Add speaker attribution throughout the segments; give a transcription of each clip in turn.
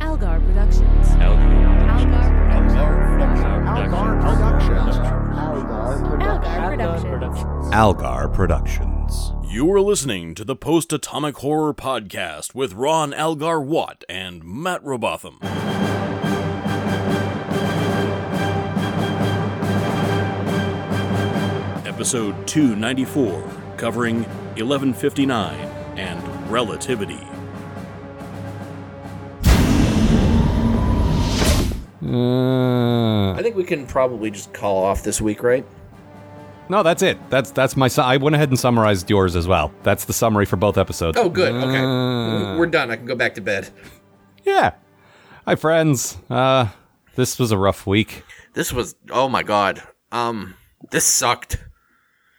Speaker 1: Algar Productions. Algar
Speaker 2: Algar Productions.
Speaker 1: Productions.
Speaker 3: Algar Productions.
Speaker 4: You are listening to the Post Atomic Horror Podcast with Ron Algar Watt and Matt Robotham. Episode 294, covering 1159 and relativity.
Speaker 3: Uh,
Speaker 5: I think we can probably just call off this week, right?
Speaker 3: No, that's it. That's that's my. Su- I went ahead and summarized yours as well. That's the summary for both episodes. Uh,
Speaker 5: Oh, good. Okay. W- We're done. I can go back to bed.
Speaker 3: Yeah. Hi, friends. Uh, this was a rough week.
Speaker 5: This was oh my god. Um this sucked.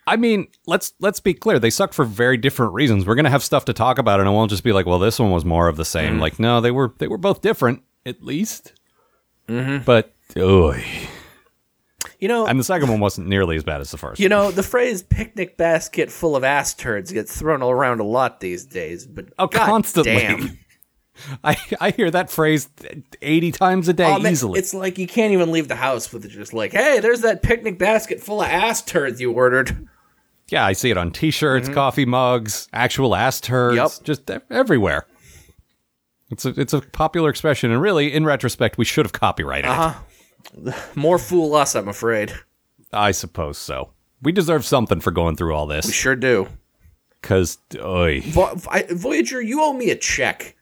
Speaker 3: I mean, let's let's be clear. They suck for very different reasons. We're gonna have stuff to talk about, and it won't just be like, well, this one was more of the same.
Speaker 5: Mm-hmm.
Speaker 3: Like, no, they were they were both different at least.
Speaker 5: Mm-hmm.
Speaker 3: But oy.
Speaker 5: You know,
Speaker 3: and the second one wasn't nearly as bad as the first.
Speaker 5: you know, the phrase picnic basket full of ass turds gets thrown around a lot these days, but
Speaker 3: Oh,
Speaker 5: god
Speaker 3: constantly.
Speaker 5: damn.
Speaker 3: I I hear that phrase eighty times a day
Speaker 5: Oh, man,
Speaker 3: easily.
Speaker 5: It's like you can't even leave the house with just like, "Hey, there's that picnic basket full of ass turds you ordered."
Speaker 3: Yeah, I see it on T-shirts, coffee mugs, actual ass turds,
Speaker 5: Yep.
Speaker 3: just e- everywhere. It's a it's a popular expression, and really, in retrospect, we should have copyrighted it.
Speaker 5: More fool us, I'm afraid.
Speaker 3: I suppose so. We deserve something for going through all
Speaker 5: We
Speaker 3: this,
Speaker 5: sure do.
Speaker 3: because
Speaker 5: Vo- I, Voyager, you owe me a check.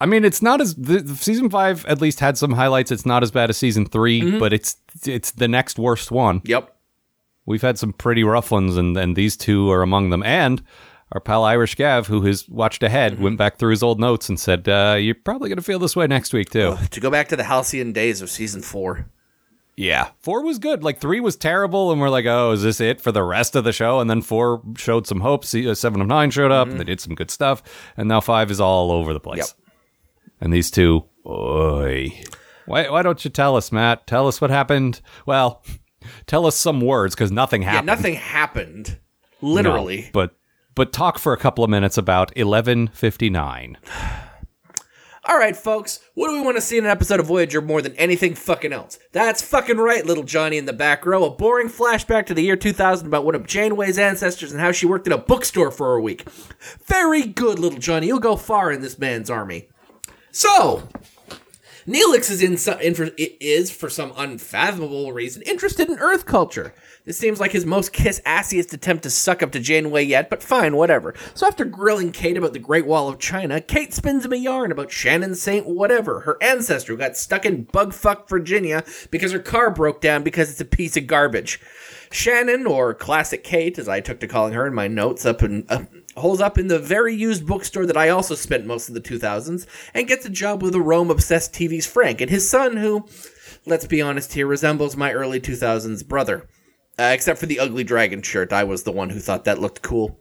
Speaker 3: I mean, it's not as the, the season five at least had some highlights. It's not as bad as season 3 but it's it's the next worst one.
Speaker 5: Yep.
Speaker 3: We've had some pretty rough ones, and and these two are among them. And our pal Irish Gav, who has watched ahead,
Speaker 5: Mm-hmm.
Speaker 3: went back through his old notes and said, uh, "You're probably going to feel this way next week too."
Speaker 5: To go back to the halcyon days of season 4.
Speaker 3: Yeah. Four was good. Like three was terrible, and we're like, oh, is this it for the rest of the show? And then four showed some hope. See, uh, seven of nine showed up,
Speaker 5: Mm-hmm.
Speaker 3: and they did some good stuff. And now five is all over the place. And these two, oy. Why, why don't you tell us, Matt? Tell us what happened. Well, tell us some words because nothing
Speaker 5: Yeah,
Speaker 3: happened.
Speaker 5: nothing happened.
Speaker 3: No,
Speaker 5: Literally.
Speaker 3: but but talk for a couple of minutes about eleven fifty nine.
Speaker 5: All right, folks, what do we want to see in an episode of Voyager more than anything fucking else? That's fucking right, little Johnny in the back row. A boring flashback to the year 2000 about one of Janeway's ancestors and how she worked in a bookstore for a week. Very good, little Johnny. You'll go far in this man's army. So, Neelix is in some, in for, i- is for some unfathomable reason interested in Earth culture. This seems like his most kiss assiest attempt to suck up to Janeway yet, but fine, whatever. So after grilling Kate about the Great Wall of China, Kate spins him a yarn about Shannon Saint whatever, her ancestor who got stuck in bugfuck Virginia because her car broke down because it's a piece of garbage. Shannon, or Classic Kate, as I took to calling her in my notes, up in uh, holds up in the very used bookstore that I also spent most of the 2000s, and gets a job with a Rome obsessed TV's Frank and his son, who, let's be honest here, resembles my early 2000s brother. Uh, except for the ugly dragon shirt, I was the one who thought that looked cool.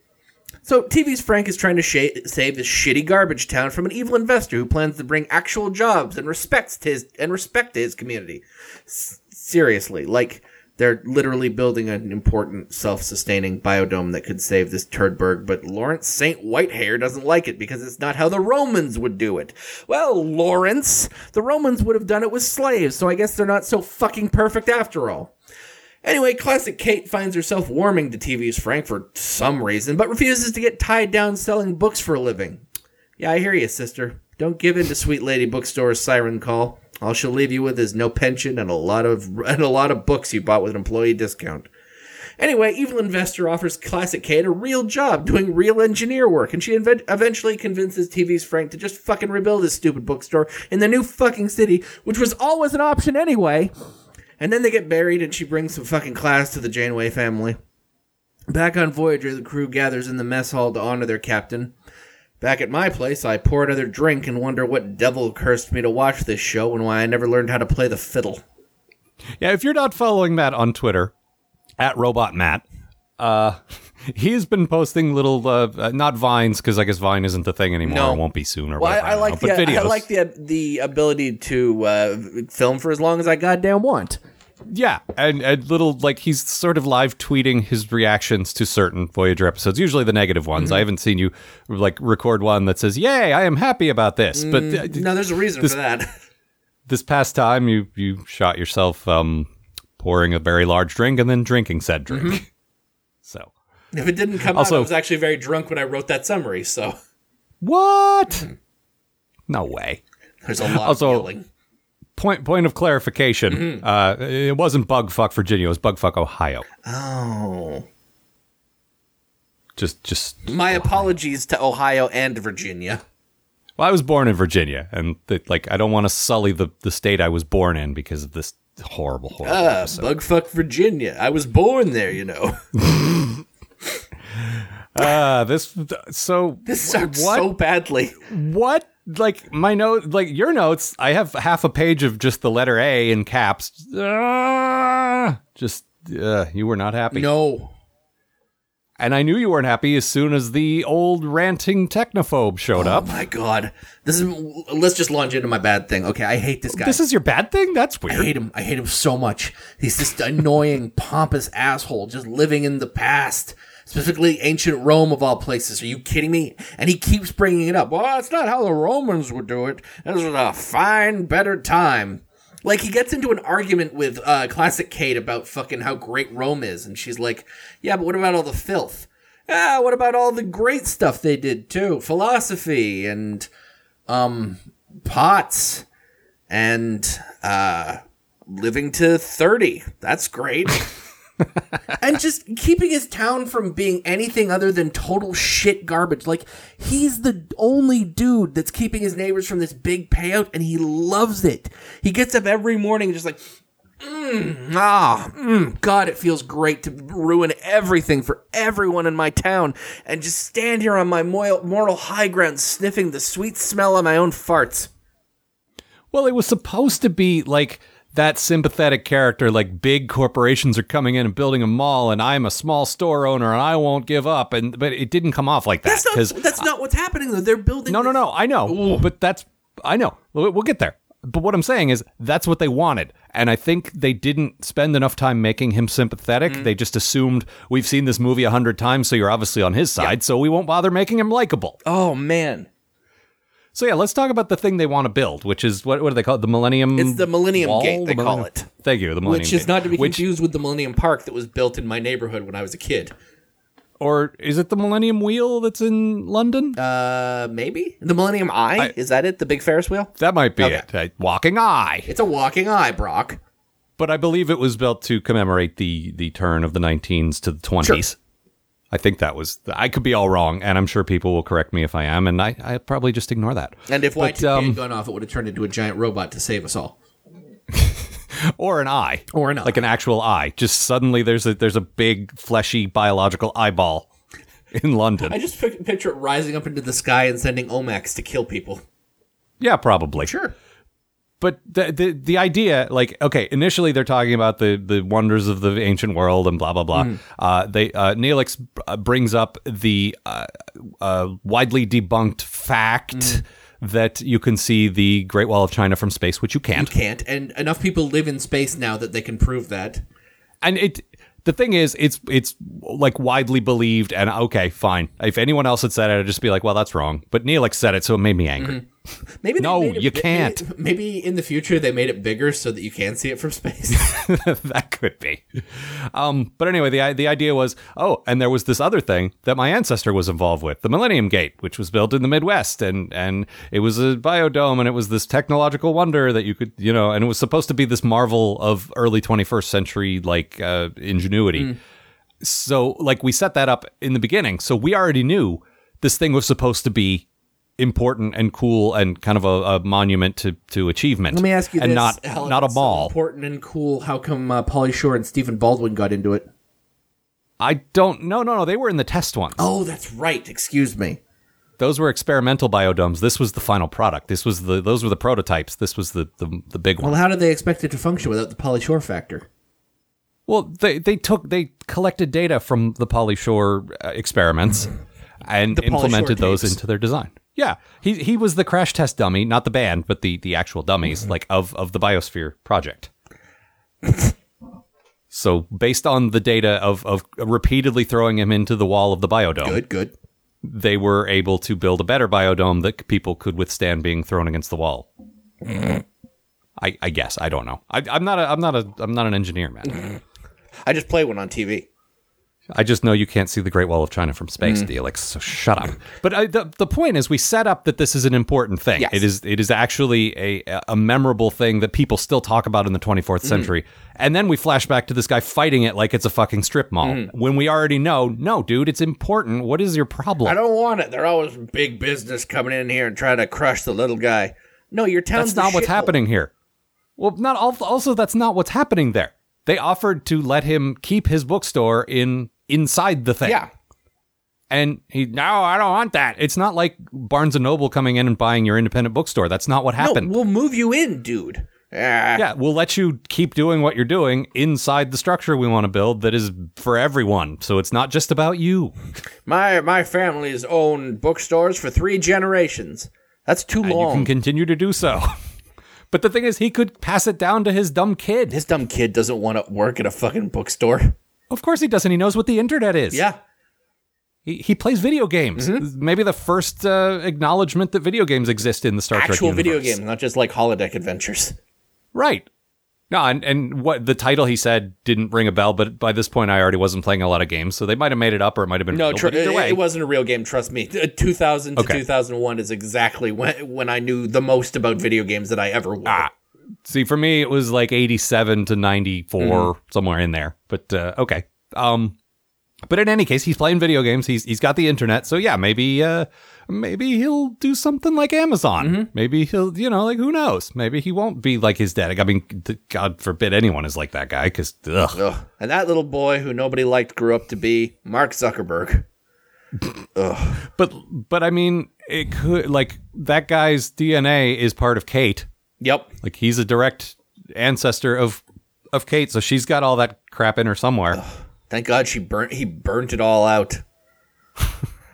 Speaker 5: So, TV's Frank is trying to sha- save his shitty garbage town from an evil investor who plans to bring actual jobs and respects his and respect to his community seriously, like they're literally building an important self-sustaining biodome that could save this turdberg, but Lawrence St. Whitehair doesn't like it because it's not how the Romans would do it. Well, Lawrence, the Romans would have done it with slaves, so I guess they're not so fucking perfect after all. Anyway, classic Kate finds herself warming to TV's Frank for some reason, but refuses to get tied down selling books for a living. Yeah, I hear you, sister. Don't give in to sweet lady bookstore's siren call. All she'll leave you with is no pension and a lot of and a lot of books you bought with an employee discount. Anyway, evil investor offers Classic Kate a real job doing real engineer work, and she invent- eventually convinces TV's Frank to just fucking rebuild his stupid bookstore in the new fucking city, which was always an option anyway. And then they get married, and she brings some fucking class to the Janeway family. Back on Voyager, the crew gathers in the mess hall to honor their captain. Back at my place, I pour another drink and wonder what devil cursed me to watch this show and why I never learned how to play the fiddle.
Speaker 3: Yeah, if you're not following Matt on Twitter, at Robot Matt, uh, he's been posting little, uh, uh, not vines, because I guess Vine isn't the thing anymore.
Speaker 5: No.
Speaker 3: It won't be soon or
Speaker 5: Well,
Speaker 3: whatever.
Speaker 5: I, I like
Speaker 3: don't know,
Speaker 5: the
Speaker 3: but videos.
Speaker 5: I like the the ability to uh, film for as long as I goddamn want.
Speaker 3: yeah, and and little like he's sort of live tweeting his reactions to certain Voyager episodes, usually the negative ones. I haven't seen you like record one that says, "Yay, I am happy about this." But uh,
Speaker 5: No, there's a reason for that.
Speaker 3: this past time, you you shot yourself um, pouring a very large drink and then drinking said drink.
Speaker 5: Mm-hmm.
Speaker 3: So
Speaker 5: if it didn't come out,
Speaker 3: Also-
Speaker 5: I was actually very drunk when I wrote that summary, so
Speaker 3: what?
Speaker 5: Mm-hmm.
Speaker 3: No way.
Speaker 5: there's a lot
Speaker 3: Also-
Speaker 5: of yelling.
Speaker 3: Point point of clarification.
Speaker 5: Mm-hmm.
Speaker 3: Uh, it wasn't bugfuck Virginia. It was bugfuck Ohio.
Speaker 5: Oh.
Speaker 3: Just just
Speaker 5: My apologies to Ohio and Virginia.
Speaker 3: Well, I was born in Virginia, and th- like I don't want to sully the, the state I was born in because of this horrible, horrible.
Speaker 5: Uh, Bugfuck Virginia. I was born there, you know.
Speaker 3: Uh, this so
Speaker 5: This sucks
Speaker 3: what
Speaker 5: so badly.
Speaker 3: what like my note like your notes. I have half a page of just the letter A in caps. Ah, just uh, you were not happy,
Speaker 5: No.
Speaker 3: and I knew you weren't happy as soon as the old ranting technophobe showed
Speaker 5: Oh
Speaker 3: up.
Speaker 5: my god. This is let's just launch into my bad thing. Okay, I hate this guy.
Speaker 3: This is your bad thing. That's
Speaker 5: I
Speaker 3: weird.
Speaker 5: hate him. I hate him so much. He's this annoying, pompous asshole just living in the past. Specifically, ancient Rome of all places. Are you kidding me? And he keeps bringing it up. Well, that's not how the Romans would do it. This was a fine, better time. Like, he gets into an argument with uh, Classic Kate about fucking how great Rome is. And she's like, yeah, but what about all the filth? Ah, what about all the great stuff they did too? Philosophy and, um, pots and uh living to 30 that's great and just keeping his town from being anything other than total shit garbage like he's the only dude that's keeping his neighbors from this big payout and he loves it he gets up every morning just like mm, ah mm, god it feels great to ruin everything for everyone in my town and just stand here on my moral moral high ground sniffing the sweet smell of my own farts
Speaker 3: Well, it was supposed to be like that sympathetic character, like big corporations are coming in and building a mall, and I'm a small store owner and I won't give up. And but it didn't come off like that
Speaker 5: That's not. That's not what's happening though. They're building.
Speaker 3: no, no,
Speaker 5: this-
Speaker 3: no. I know, but that's I know. We'll we'll get there. But what I'm saying is that's what they wanted, and I think they didn't spend enough time making him sympathetic.
Speaker 5: Mm.
Speaker 3: They just assumed we've seen this movie a hundred times, so you're obviously on his side, so we won't bother making him likable.
Speaker 5: Oh man,
Speaker 3: So yeah, let's talk about the thing they want to build, which is what what do they call it? The Millennium.
Speaker 5: It's the Millennium
Speaker 3: Wall?
Speaker 5: Gate, they
Speaker 3: The
Speaker 5: call
Speaker 3: Millennium-
Speaker 5: it.
Speaker 3: Thank you, the Millennium
Speaker 5: which is
Speaker 3: Gate.
Speaker 5: not to be
Speaker 3: Which-
Speaker 5: confused with the Millennium Park that was built in my neighborhood when I was a kid.
Speaker 3: or is it the Millennium Wheel that's in London?
Speaker 5: Uh, maybe the Millennium Eye is that it? The big Ferris wheel?
Speaker 3: that might be
Speaker 5: okay.
Speaker 3: it. Uh, walking Eye.
Speaker 5: It's a walking eye, Brock.
Speaker 3: But I believe it was built to commemorate the the turn of the 19s to the 20s. I think that was. I could be all wrong, and I'm sure people will correct me if I am, and I I probably just ignore that.
Speaker 5: And if Y
Speaker 3: But,
Speaker 5: two K
Speaker 3: um,
Speaker 5: had gone off, it would have turned into a giant robot to save us all.
Speaker 3: or an eye,
Speaker 5: Or an eye.
Speaker 3: like an actual eye. Just suddenly there's a there's a big fleshy biological eyeball in London.
Speaker 5: I just pic- picture it rising up into the sky and sending Omax to kill people.
Speaker 3: yeah, probably.
Speaker 5: Sure.
Speaker 3: but the, the the idea like okay initially they're talking about the the wonders of the ancient world and blah blah blah uh they uh neelix uh, brings up the uh, uh widely debunked fact that you can see the great wall of china from space which you can't
Speaker 5: Can't. And enough people live in space now that they can prove that.
Speaker 3: and it the thing is it's it's like widely believed and okay fine if anyone else had said it i'd just be like well that's wrong but neelix said it so it made me angry
Speaker 5: Maybe they
Speaker 3: No,
Speaker 5: made it-
Speaker 3: you
Speaker 5: maybe-
Speaker 3: can't.
Speaker 5: Maybe in the future they made it bigger so that you can see it from space.
Speaker 3: that could be. Um, but anyway, the i- the idea was oh, and there was this other thing that my ancestor was involved with, the Millennium Gate, which was built in the Midwest, and and it was a biodome, and it was this technological wonder that you could you know, and it was supposed to be this marvel of early 21st century like uh, ingenuity.
Speaker 5: Mm.
Speaker 3: So like we set that up in the beginning, so we already knew this thing was supposed to be important and cool and kind of a, a monument to to achievement.
Speaker 5: Let me ask you
Speaker 3: and
Speaker 5: this:
Speaker 3: not
Speaker 5: Helen,
Speaker 3: not a
Speaker 5: it's so
Speaker 3: mall.
Speaker 5: important and cool. How come uh, Polly Shore and Stephen Baldwin got into it?
Speaker 3: I don't. No, no, no. They were in the test ones.
Speaker 5: Oh, that's right. Excuse me.
Speaker 3: Those were experimental biodomes. This was the final product. This was the. Those were the prototypes. This was the the, the big
Speaker 5: Well,
Speaker 3: one.
Speaker 5: how do they expect it to function without the Polly Shore factor?
Speaker 3: Well, they they took they collected data from the Polly Shore uh, experiments, and
Speaker 5: Pauly Shore
Speaker 3: implemented those
Speaker 5: tapes.
Speaker 3: into their design. Yeah, he he was the crash test dummy, not the band, but the the actual dummies, like of of the biosphere project. So based on the data of of repeatedly throwing him into the wall of the biodome,
Speaker 2: Good, good.
Speaker 3: they were able to build a better biodome that c- people could withstand being thrown against the wall. I, I guess I don't know. I, I'm not a I'm not a I'm not an engineer, man.
Speaker 5: I just play one on TV.
Speaker 3: I just know you can't see the Great Wall of China from space,
Speaker 5: Mm.
Speaker 3: Felix. So shut up. But I, the the point is, we set up that this is an important thing.
Speaker 5: Yes.
Speaker 3: It is it is actually a a memorable thing that people still talk about in the 24th
Speaker 5: Mm.
Speaker 3: century. And then we flash back to this guy fighting it like it's a fucking strip mall
Speaker 5: Mm.
Speaker 3: when we already know. No, dude, it's important. What is your problem?
Speaker 5: I don't want it. They're always big business coming in here and trying to crush the little guy. No, your town's
Speaker 3: that's not
Speaker 5: a
Speaker 3: what's
Speaker 5: shithole.
Speaker 3: happening here. Well, not al- also that's not what's happening there. They offered to let him keep his bookstore in inside the thing.
Speaker 5: Yeah,
Speaker 3: And he no, I don't want that. It's not like Barnes and Noble coming in and buying your independent bookstore. That's not what happened.
Speaker 5: no, we'll move you in, dude. Ah.
Speaker 3: yeah, we'll let you keep doing what you're doing inside the structure we want to build that is for everyone. So it's not just about you.
Speaker 5: My my family's owned bookstores for three generations. That's too
Speaker 3: And Uh, you
Speaker 5: long.
Speaker 3: can continue to do so. but the thing is he could pass it down to his dumb kid.
Speaker 5: This dumb kid doesn't want to work at a fucking bookstore.
Speaker 3: Of course he doesn't. He knows what the internet is.
Speaker 5: Yeah.
Speaker 3: He, he plays video games.
Speaker 5: Mm-hmm.
Speaker 3: Maybe the first uh, acknowledgement that video games exist in the Star Trek
Speaker 5: Actual video
Speaker 3: universe.
Speaker 5: games, not just like holodeck adventures.
Speaker 3: Right. No, and, and what the title he said didn't ring a bell, but by this point I already wasn't playing a lot of games, so they might have made it up or it might have been
Speaker 5: No,
Speaker 3: real,
Speaker 5: tr-
Speaker 3: but either
Speaker 5: it,
Speaker 3: way.
Speaker 5: it wasn't a real game. Trust me. Uh, 2000 to
Speaker 3: Okay.
Speaker 5: 2001 is exactly when when I knew the most about video games that I ever would.
Speaker 3: Ah. See, for me it was like 87 to 94 somewhere in there. But uh, okay. Um but in any case, he's playing video games. He's he's got the internet. So yeah, maybe uh maybe he'll do something like Amazon. Maybe he'll, you know, like who knows? Maybe he won't be like his dad. I mean, th- god forbid anyone is like that guy cuz ugh.
Speaker 5: Ugh. And that little boy who nobody liked grew up to be Mark Zuckerberg.
Speaker 3: But but I mean, it could like that guy's DNA is part of Kate.
Speaker 5: Yep.
Speaker 3: Like he's a direct ancestor of of Kate, so she's got all that crap in her somewhere.
Speaker 5: Thank God she burnt he burnt it all out.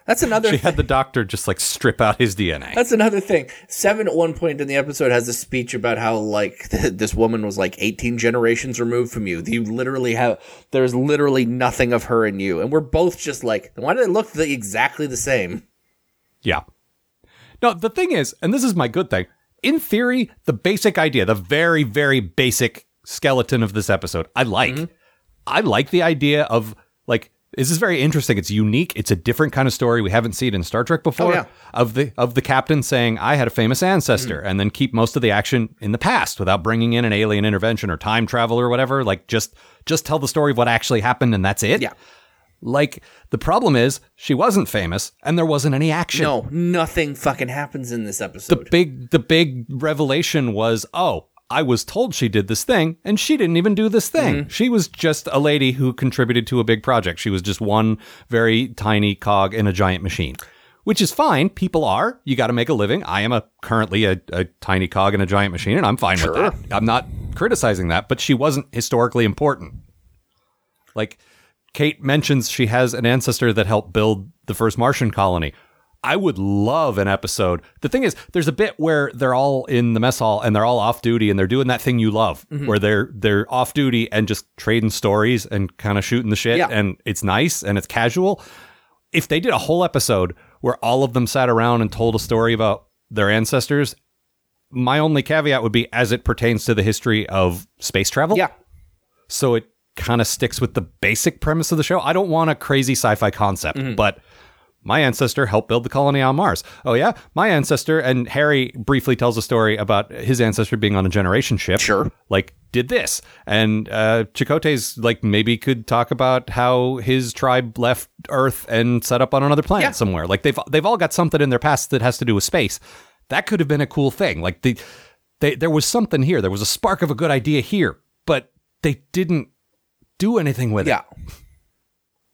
Speaker 5: That's another
Speaker 3: She had the doctor just like strip out his DNA.
Speaker 5: That's another thing. Seven at one point in the episode has a speech about how like this woman was like 18 generations removed from you. You literally have there's literally nothing of her in you, and we're both just like, why do they look the, exactly the same?
Speaker 3: Yeah. No, the thing is, and this is my good thing. In theory, the basic idea, the very very basic skeleton of this episode, I like.
Speaker 5: Mm-hmm.
Speaker 3: I like the idea of like this is very interesting. It's unique. It's a different kind of story. We haven't seen it in Star Trek before.
Speaker 5: Oh, yeah. Mm.
Speaker 3: Of the of the captain saying, "I had a famous ancestor," and then keep most of the action in the past without bringing in an alien intervention or time travel or whatever. Like just just tell the story of what actually happened, and that's it.
Speaker 5: Yeah.
Speaker 3: Like the problem is she wasn't famous, and there wasn't any action.
Speaker 5: No, nothing fucking happens in this
Speaker 3: The
Speaker 5: episode.
Speaker 3: big the big revelation was, oh. I was told she did this thing, and she didn't even do this thing. She was just a lady who contributed to a big project. She was just one very tiny cog in a giant machine, which is fine. People are. You got to make a living. I am a currently a, a tiny cog in a giant machine, and I'm fine with that. I'm not criticizing that, but she wasn't historically important. Like Kate mentions she has an ancestor that helped build the first Martian colony. I would love an episode. The thing is, there's a bit where they're all in the mess hall and they're all off duty and they're doing that thing you love,
Speaker 5: Mm-hmm.
Speaker 3: where they're they're off duty and just trading stories and kind of shooting the shit
Speaker 5: Yeah.
Speaker 3: and it's nice and it's casual. If they did a whole episode where all of them sat around and told a story about their ancestors, my only caveat would be as it pertains to the history of space travel
Speaker 5: yeah,
Speaker 3: so it kind of sticks with the basic premise of the show. I don't want a crazy sci-fi concept, but my ancestor helped build the colony on Mars. Oh yeah, my ancestor and Harry briefly tells a story about his ancestor being on a generation ship.
Speaker 5: Sure.
Speaker 3: like did this, and uh, Chakotay's like maybe could talk about how his tribe left Earth and set up on another planet
Speaker 5: Yeah.
Speaker 3: somewhere. Like they've they've all got something in their past that has to do with space. That could have been a cool thing. Like the they, there was something here. There was a spark of a good idea here, but they didn't do anything with
Speaker 5: yeah.
Speaker 3: it.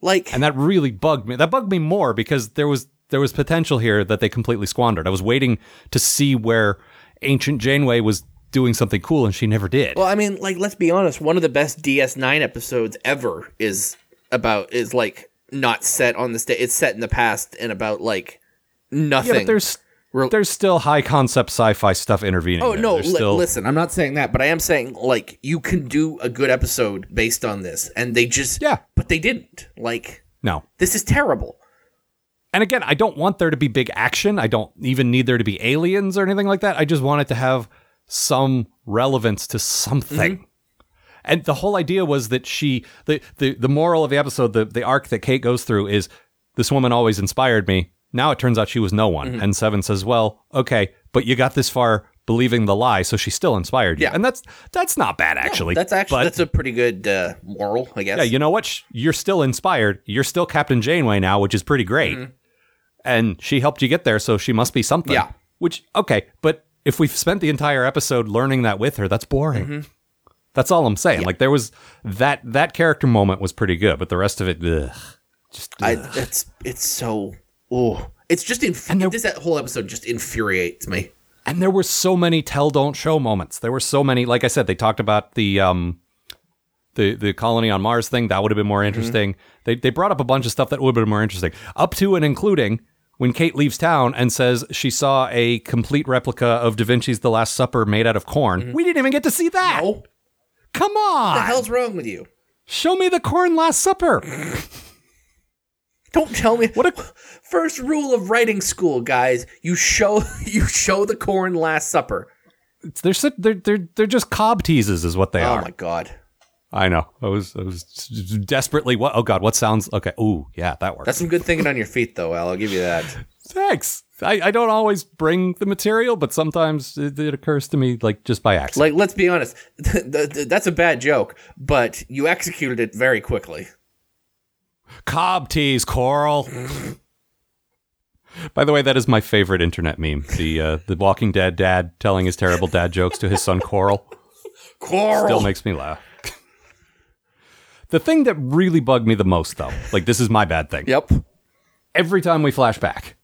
Speaker 5: Like
Speaker 3: And that really bugged me. That bugged me more because there was there was potential here that they completely squandered. I was waiting to see where ancient Janeway was doing something cool and she never did.
Speaker 5: Well, I mean, like, let's be honest. One of the best DS9 episodes ever is about is like not set on the state. It's set in the past and about like nothing.
Speaker 3: yeah, but there's
Speaker 5: Rel-
Speaker 3: there's still high concept sci-fi stuff intervening.
Speaker 5: Oh
Speaker 3: there.
Speaker 5: no!
Speaker 3: There's
Speaker 5: li-
Speaker 3: still-
Speaker 5: Listen, I'm not saying that, but I am saying like you can do a good episode based on this, and they just
Speaker 3: Yeah.
Speaker 5: but they didn't. Like
Speaker 3: no.
Speaker 5: this is terrible.
Speaker 3: And again, I don't want there to be big action. I don't even need there to be aliens or anything like that. I just want it to have some relevance to
Speaker 5: Mm-hmm.
Speaker 3: something. And the whole idea was that she the the, the moral of the episode, the, the arc that Kate goes through is this woman always inspired me. Now it turns out she was no one.
Speaker 5: Mm-hmm.
Speaker 3: And Seven says, Well, okay, but you got this far believing the lie, so she still inspired you.
Speaker 5: Yeah.
Speaker 3: And that's that's not bad actually.
Speaker 5: That's actually
Speaker 3: But-
Speaker 5: that's a pretty good uh, moral, I guess.
Speaker 3: yeah, you know what? Sh- You're still inspired. You're still Captain Janeway now, which is pretty great. And she helped you get there, so she must be something.
Speaker 5: Yeah.
Speaker 3: Which okay, but if we've spent the entire episode learning that with her, that's boring. That's all I'm saying. Like there was that that character moment was pretty good, but the rest of it, ugh, just
Speaker 5: I,
Speaker 3: ugh.
Speaker 5: it's it's so oh, it's just inf-
Speaker 3: And there-
Speaker 5: this that whole episode just infuriates me.
Speaker 3: and there were so many tell don't show moments. There were so many. Like I said, they talked about the um, the the colony on Mars thing. That would have been
Speaker 5: Mm-hmm.
Speaker 3: more interesting. They they brought up a bunch of stuff that would have been more interesting, up to and including when Kate leaves town and says she saw a complete replica of Da Vinci's The Last Supper made out of corn. We didn't even get to see that.
Speaker 5: Oh, what
Speaker 3: Come
Speaker 5: Mm-hmm. the
Speaker 3: on,
Speaker 5: hell's wrong with you?
Speaker 3: show me the corn Last Supper.
Speaker 5: Don't tell me
Speaker 3: What a
Speaker 5: first rule of writing school, guys. You show you show the corn Last Supper.
Speaker 3: they're si- they're they're they're just cob teases, is what they
Speaker 5: oh
Speaker 3: are.
Speaker 5: my god,
Speaker 3: I know. I was I was desperately what? Oh God, what sounds? Okay. Ooh, yeah, that works.
Speaker 5: that's some good thinking on your feet, though. Al, I'll give you that.
Speaker 3: Thanks. I, I don't always bring the material, but sometimes it, it occurs to me like just by accident.
Speaker 5: Like, let's be honest, th- th- th- that's a bad joke, but you executed it very quickly.
Speaker 3: Cob tease, Coral. by the way, that is my favorite internet meme. The uh, the Walking Dead dad telling his terrible dad jokes to his son Coral
Speaker 5: Coral.
Speaker 3: still makes me laugh. the thing that really bugged me the most, though, like this is my bad thing.
Speaker 5: yep.
Speaker 3: every time we flash back,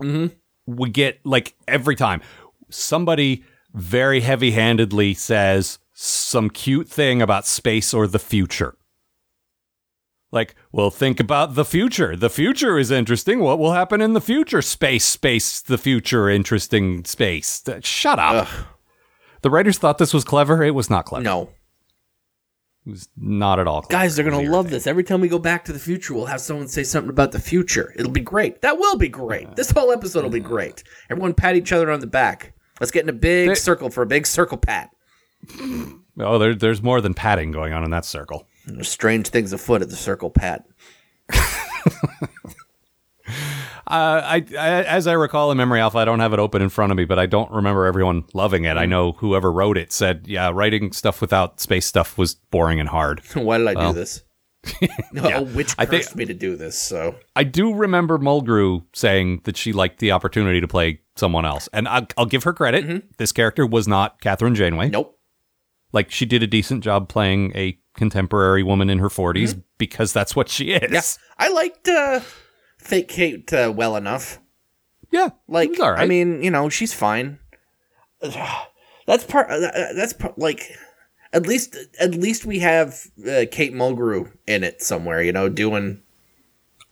Speaker 5: Mm-hmm.
Speaker 3: we get like every time somebody very heavy handedly says some cute thing about space or the future. Like, well, think about the future. The future is interesting. What will happen in the future? Space, space, the future, interesting space. Th- Shut up. The writers thought this was clever. It was not clever.
Speaker 5: No,
Speaker 3: It was not at all clever.
Speaker 5: guys, they're
Speaker 3: It
Speaker 5: gonna
Speaker 3: was
Speaker 5: love
Speaker 3: irritating.
Speaker 5: this. Every time we go back to the future, we'll have someone say something about the future. It'll be great. That will be great. This whole episode will be great. Everyone pat each other on the back. Let's get in a big
Speaker 3: They-
Speaker 5: circle for a big circle pat.
Speaker 3: Oh, there, there's more than padding going on in that circle.
Speaker 5: There's strange things afoot at the circle pat.
Speaker 3: Uh, I, I, as I recall in Memory Alpha, I don't have it open in front of me, but I don't remember everyone loving it. I know whoever wrote it said, "Yeah, writing stuff without space stuff was boring and hard."
Speaker 5: Why did I do this? No, a witch
Speaker 3: I
Speaker 5: cursed
Speaker 3: think-
Speaker 5: me to do this. So
Speaker 3: I do remember Mulgrew saying that she liked the opportunity to play someone else, and I'll, I'll give her credit. This character was not Catherine Janeway.
Speaker 5: nope.
Speaker 3: Like she did a decent job playing a contemporary woman in her 40s because that's what she is.
Speaker 5: Yeah, I liked uh, Fake Kate uh, well enough.
Speaker 3: yeah.
Speaker 5: Like,
Speaker 3: it was all right.
Speaker 5: I mean, you know, she's fine. That's part. uh, That's part. Like, at least, at least we have uh, Kate Mulgrew in it somewhere. You know, doing.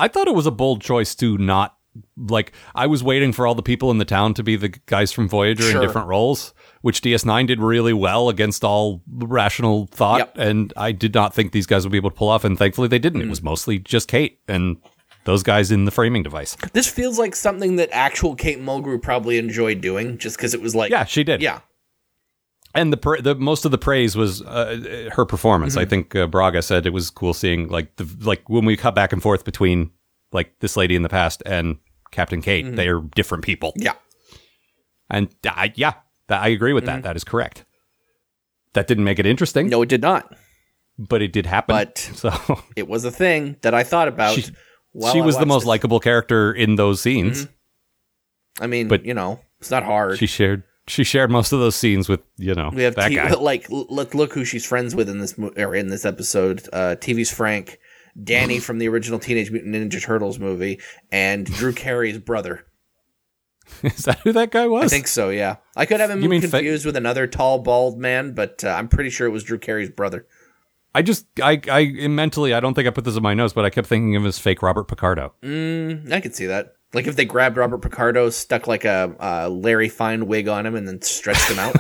Speaker 3: I thought it was a bold choice to not like I was waiting for all the people in the town to be the guys from Voyager
Speaker 5: Sure.
Speaker 3: in different roles, which DS9 did really well against all rational thought
Speaker 5: Yep. Mm.
Speaker 3: and I did not think these guys would be able to pull off and thankfully they didn't. It was mostly just Kate and those guys in the framing device.
Speaker 5: This feels like something that actual Kate Mulgrew probably enjoyed doing, just because it was like,
Speaker 3: Yeah, she did.
Speaker 5: yeah,
Speaker 3: and the, pra- the most of the praise was uh, her performance.
Speaker 5: Mm-hmm.
Speaker 3: I think uh, Braga said it was cool seeing like the like when we cut back and forth between like this lady in the past and Captain Kate.
Speaker 5: Mm-hmm.
Speaker 3: They are different people.
Speaker 5: yeah.
Speaker 3: And I, yeah, that, I agree with that. That is correct. That didn't make it interesting,
Speaker 5: No, it did not.
Speaker 3: but it did happen.
Speaker 5: But-
Speaker 3: so
Speaker 5: It was a thing that I thought about.
Speaker 3: She-
Speaker 5: while
Speaker 3: she
Speaker 5: I
Speaker 3: was the
Speaker 5: watched it.
Speaker 3: most
Speaker 5: Mm-hmm.
Speaker 3: likable character in those scenes.
Speaker 5: I mean,
Speaker 3: but-
Speaker 5: you know, it's not hard.
Speaker 3: She shared she shared most of those scenes with you know
Speaker 5: We have
Speaker 3: that
Speaker 5: T-
Speaker 3: guy.
Speaker 5: like l- look look who she's friends with in this mo- or in this episode. Uh, TV's Frank, Danny from the original Teenage Mutant Ninja Turtles movie, and Drew Carey's brother.
Speaker 3: is that who that guy was?
Speaker 5: I think so. Yeah, I could have him
Speaker 3: You mean fa-
Speaker 5: confused with another tall bald man, but uh, I'm pretty sure it was Drew Carey's brother.
Speaker 3: I just I I mentally I don't think I put this in my notes, but I kept thinking of him as fake Robert Picardo.
Speaker 5: Mm, I could see that. Like if they grabbed Robert Picardo, stuck like a uh, Larry Fine wig on him, and then stretched him out.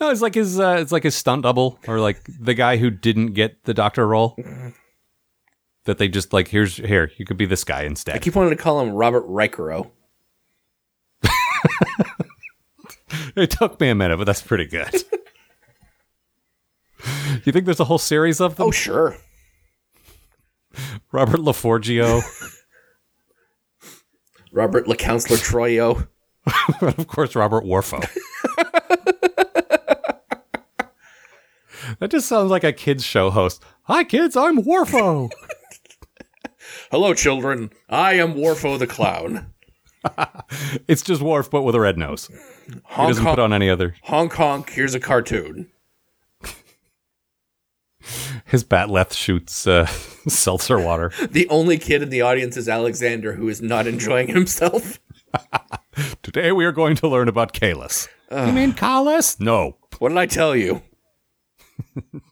Speaker 3: No, it's like his uh, it's like his stunt double or like the guy who didn't get the doctor role.
Speaker 5: Mm-hmm.
Speaker 3: That they just like here's here you could be this guy instead.
Speaker 5: I keep wanting to call him Robert Rikero.
Speaker 3: it took me a minute, but that's pretty good. you think there's a whole series of them?
Speaker 5: Oh sure,
Speaker 3: Robert LaForgio,
Speaker 5: Robert LeCounselor Troyo.
Speaker 3: and of course Robert Warfo. that just sounds like a kids show host. Hi kids, I'm Warfo.
Speaker 5: Hello, children. I am Warfo the clown.
Speaker 3: it's just Warf, but with a red nose. He
Speaker 5: Honk
Speaker 3: doesn't
Speaker 5: honk,
Speaker 3: put on any other.
Speaker 5: honk honk. Here's a cartoon.
Speaker 3: His batleth shoots uh, seltzer water.
Speaker 5: The only kid in the audience is Alexander, who is not enjoying himself.
Speaker 3: Today we are going to learn about Kalis. you mean Kalis? No.
Speaker 5: What did I tell you?
Speaker 3: Um,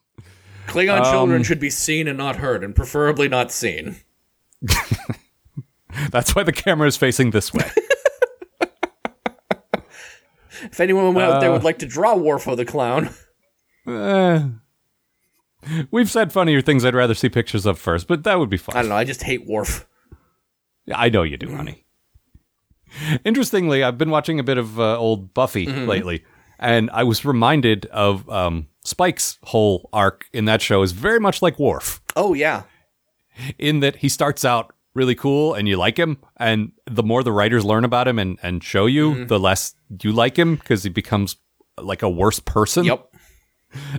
Speaker 5: Klingon children should be seen and not heard, and preferably not seen.
Speaker 3: That's why the camera is facing this way.
Speaker 5: If anyone out there would like to draw Warfo the clown,
Speaker 3: Uh, we've said funnier things I'd rather see pictures of first, but that would be fun.
Speaker 5: I don't know. I just hate Worf.
Speaker 3: I know you do, honey. Interestingly, I've been watching a bit of uh, old Buffy
Speaker 5: Mm-hmm.
Speaker 3: lately, and I was reminded of um, Spike's whole arc in that show is very much like Worf,
Speaker 5: Oh yeah,
Speaker 3: in that he starts out really cool and you like him, and the more the writers learn about him and, and show you,
Speaker 5: Mm-hmm.
Speaker 3: the less you like him because he becomes uh, like a worse person.
Speaker 5: yep.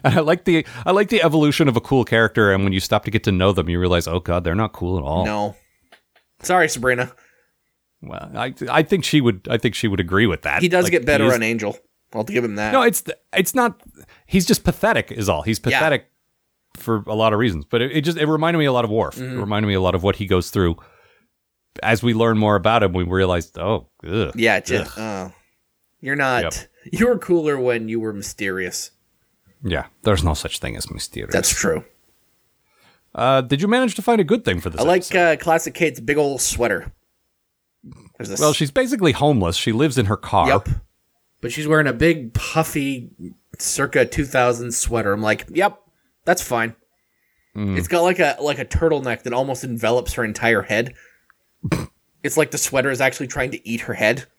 Speaker 3: And I like the I like the evolution of a cool character, and when you stop to get to know them, you realize, oh god, they're not cool at all.
Speaker 5: No, sorry, Sabrina.
Speaker 3: Well, I I think she would I think she would agree with that.
Speaker 5: He does
Speaker 3: Like,
Speaker 5: get better
Speaker 3: he is-
Speaker 5: on Angel. I'll give him that.
Speaker 3: No, it's it's not. He's just pathetic, is all. He's
Speaker 5: Yeah.
Speaker 3: pathetic for a lot of reasons. But it, it just it reminded me a lot of Worf.
Speaker 5: Mm-hmm.
Speaker 3: It reminded me a lot of what he goes through. As we learn more about him, we realize, oh, ugh.
Speaker 5: yeah, it's just, uh, you're not. You were cooler when you were mysterious.
Speaker 3: yeah, there's no such thing as mysterious.
Speaker 5: That's true.
Speaker 3: uh, did you manage to find a good thing for this?
Speaker 5: I like
Speaker 3: episode?
Speaker 5: uh, classic Kate's big old sweater. There's this.
Speaker 3: Well, she's basically homeless. She lives in her car.
Speaker 5: yep. But she's wearing a big puffy, circa 2000 sweater. I'm like, yep, that's fine.
Speaker 3: Hmm.
Speaker 5: It's got like a like a turtleneck that almost envelops her entire head. it's like the sweater is actually trying to eat her head.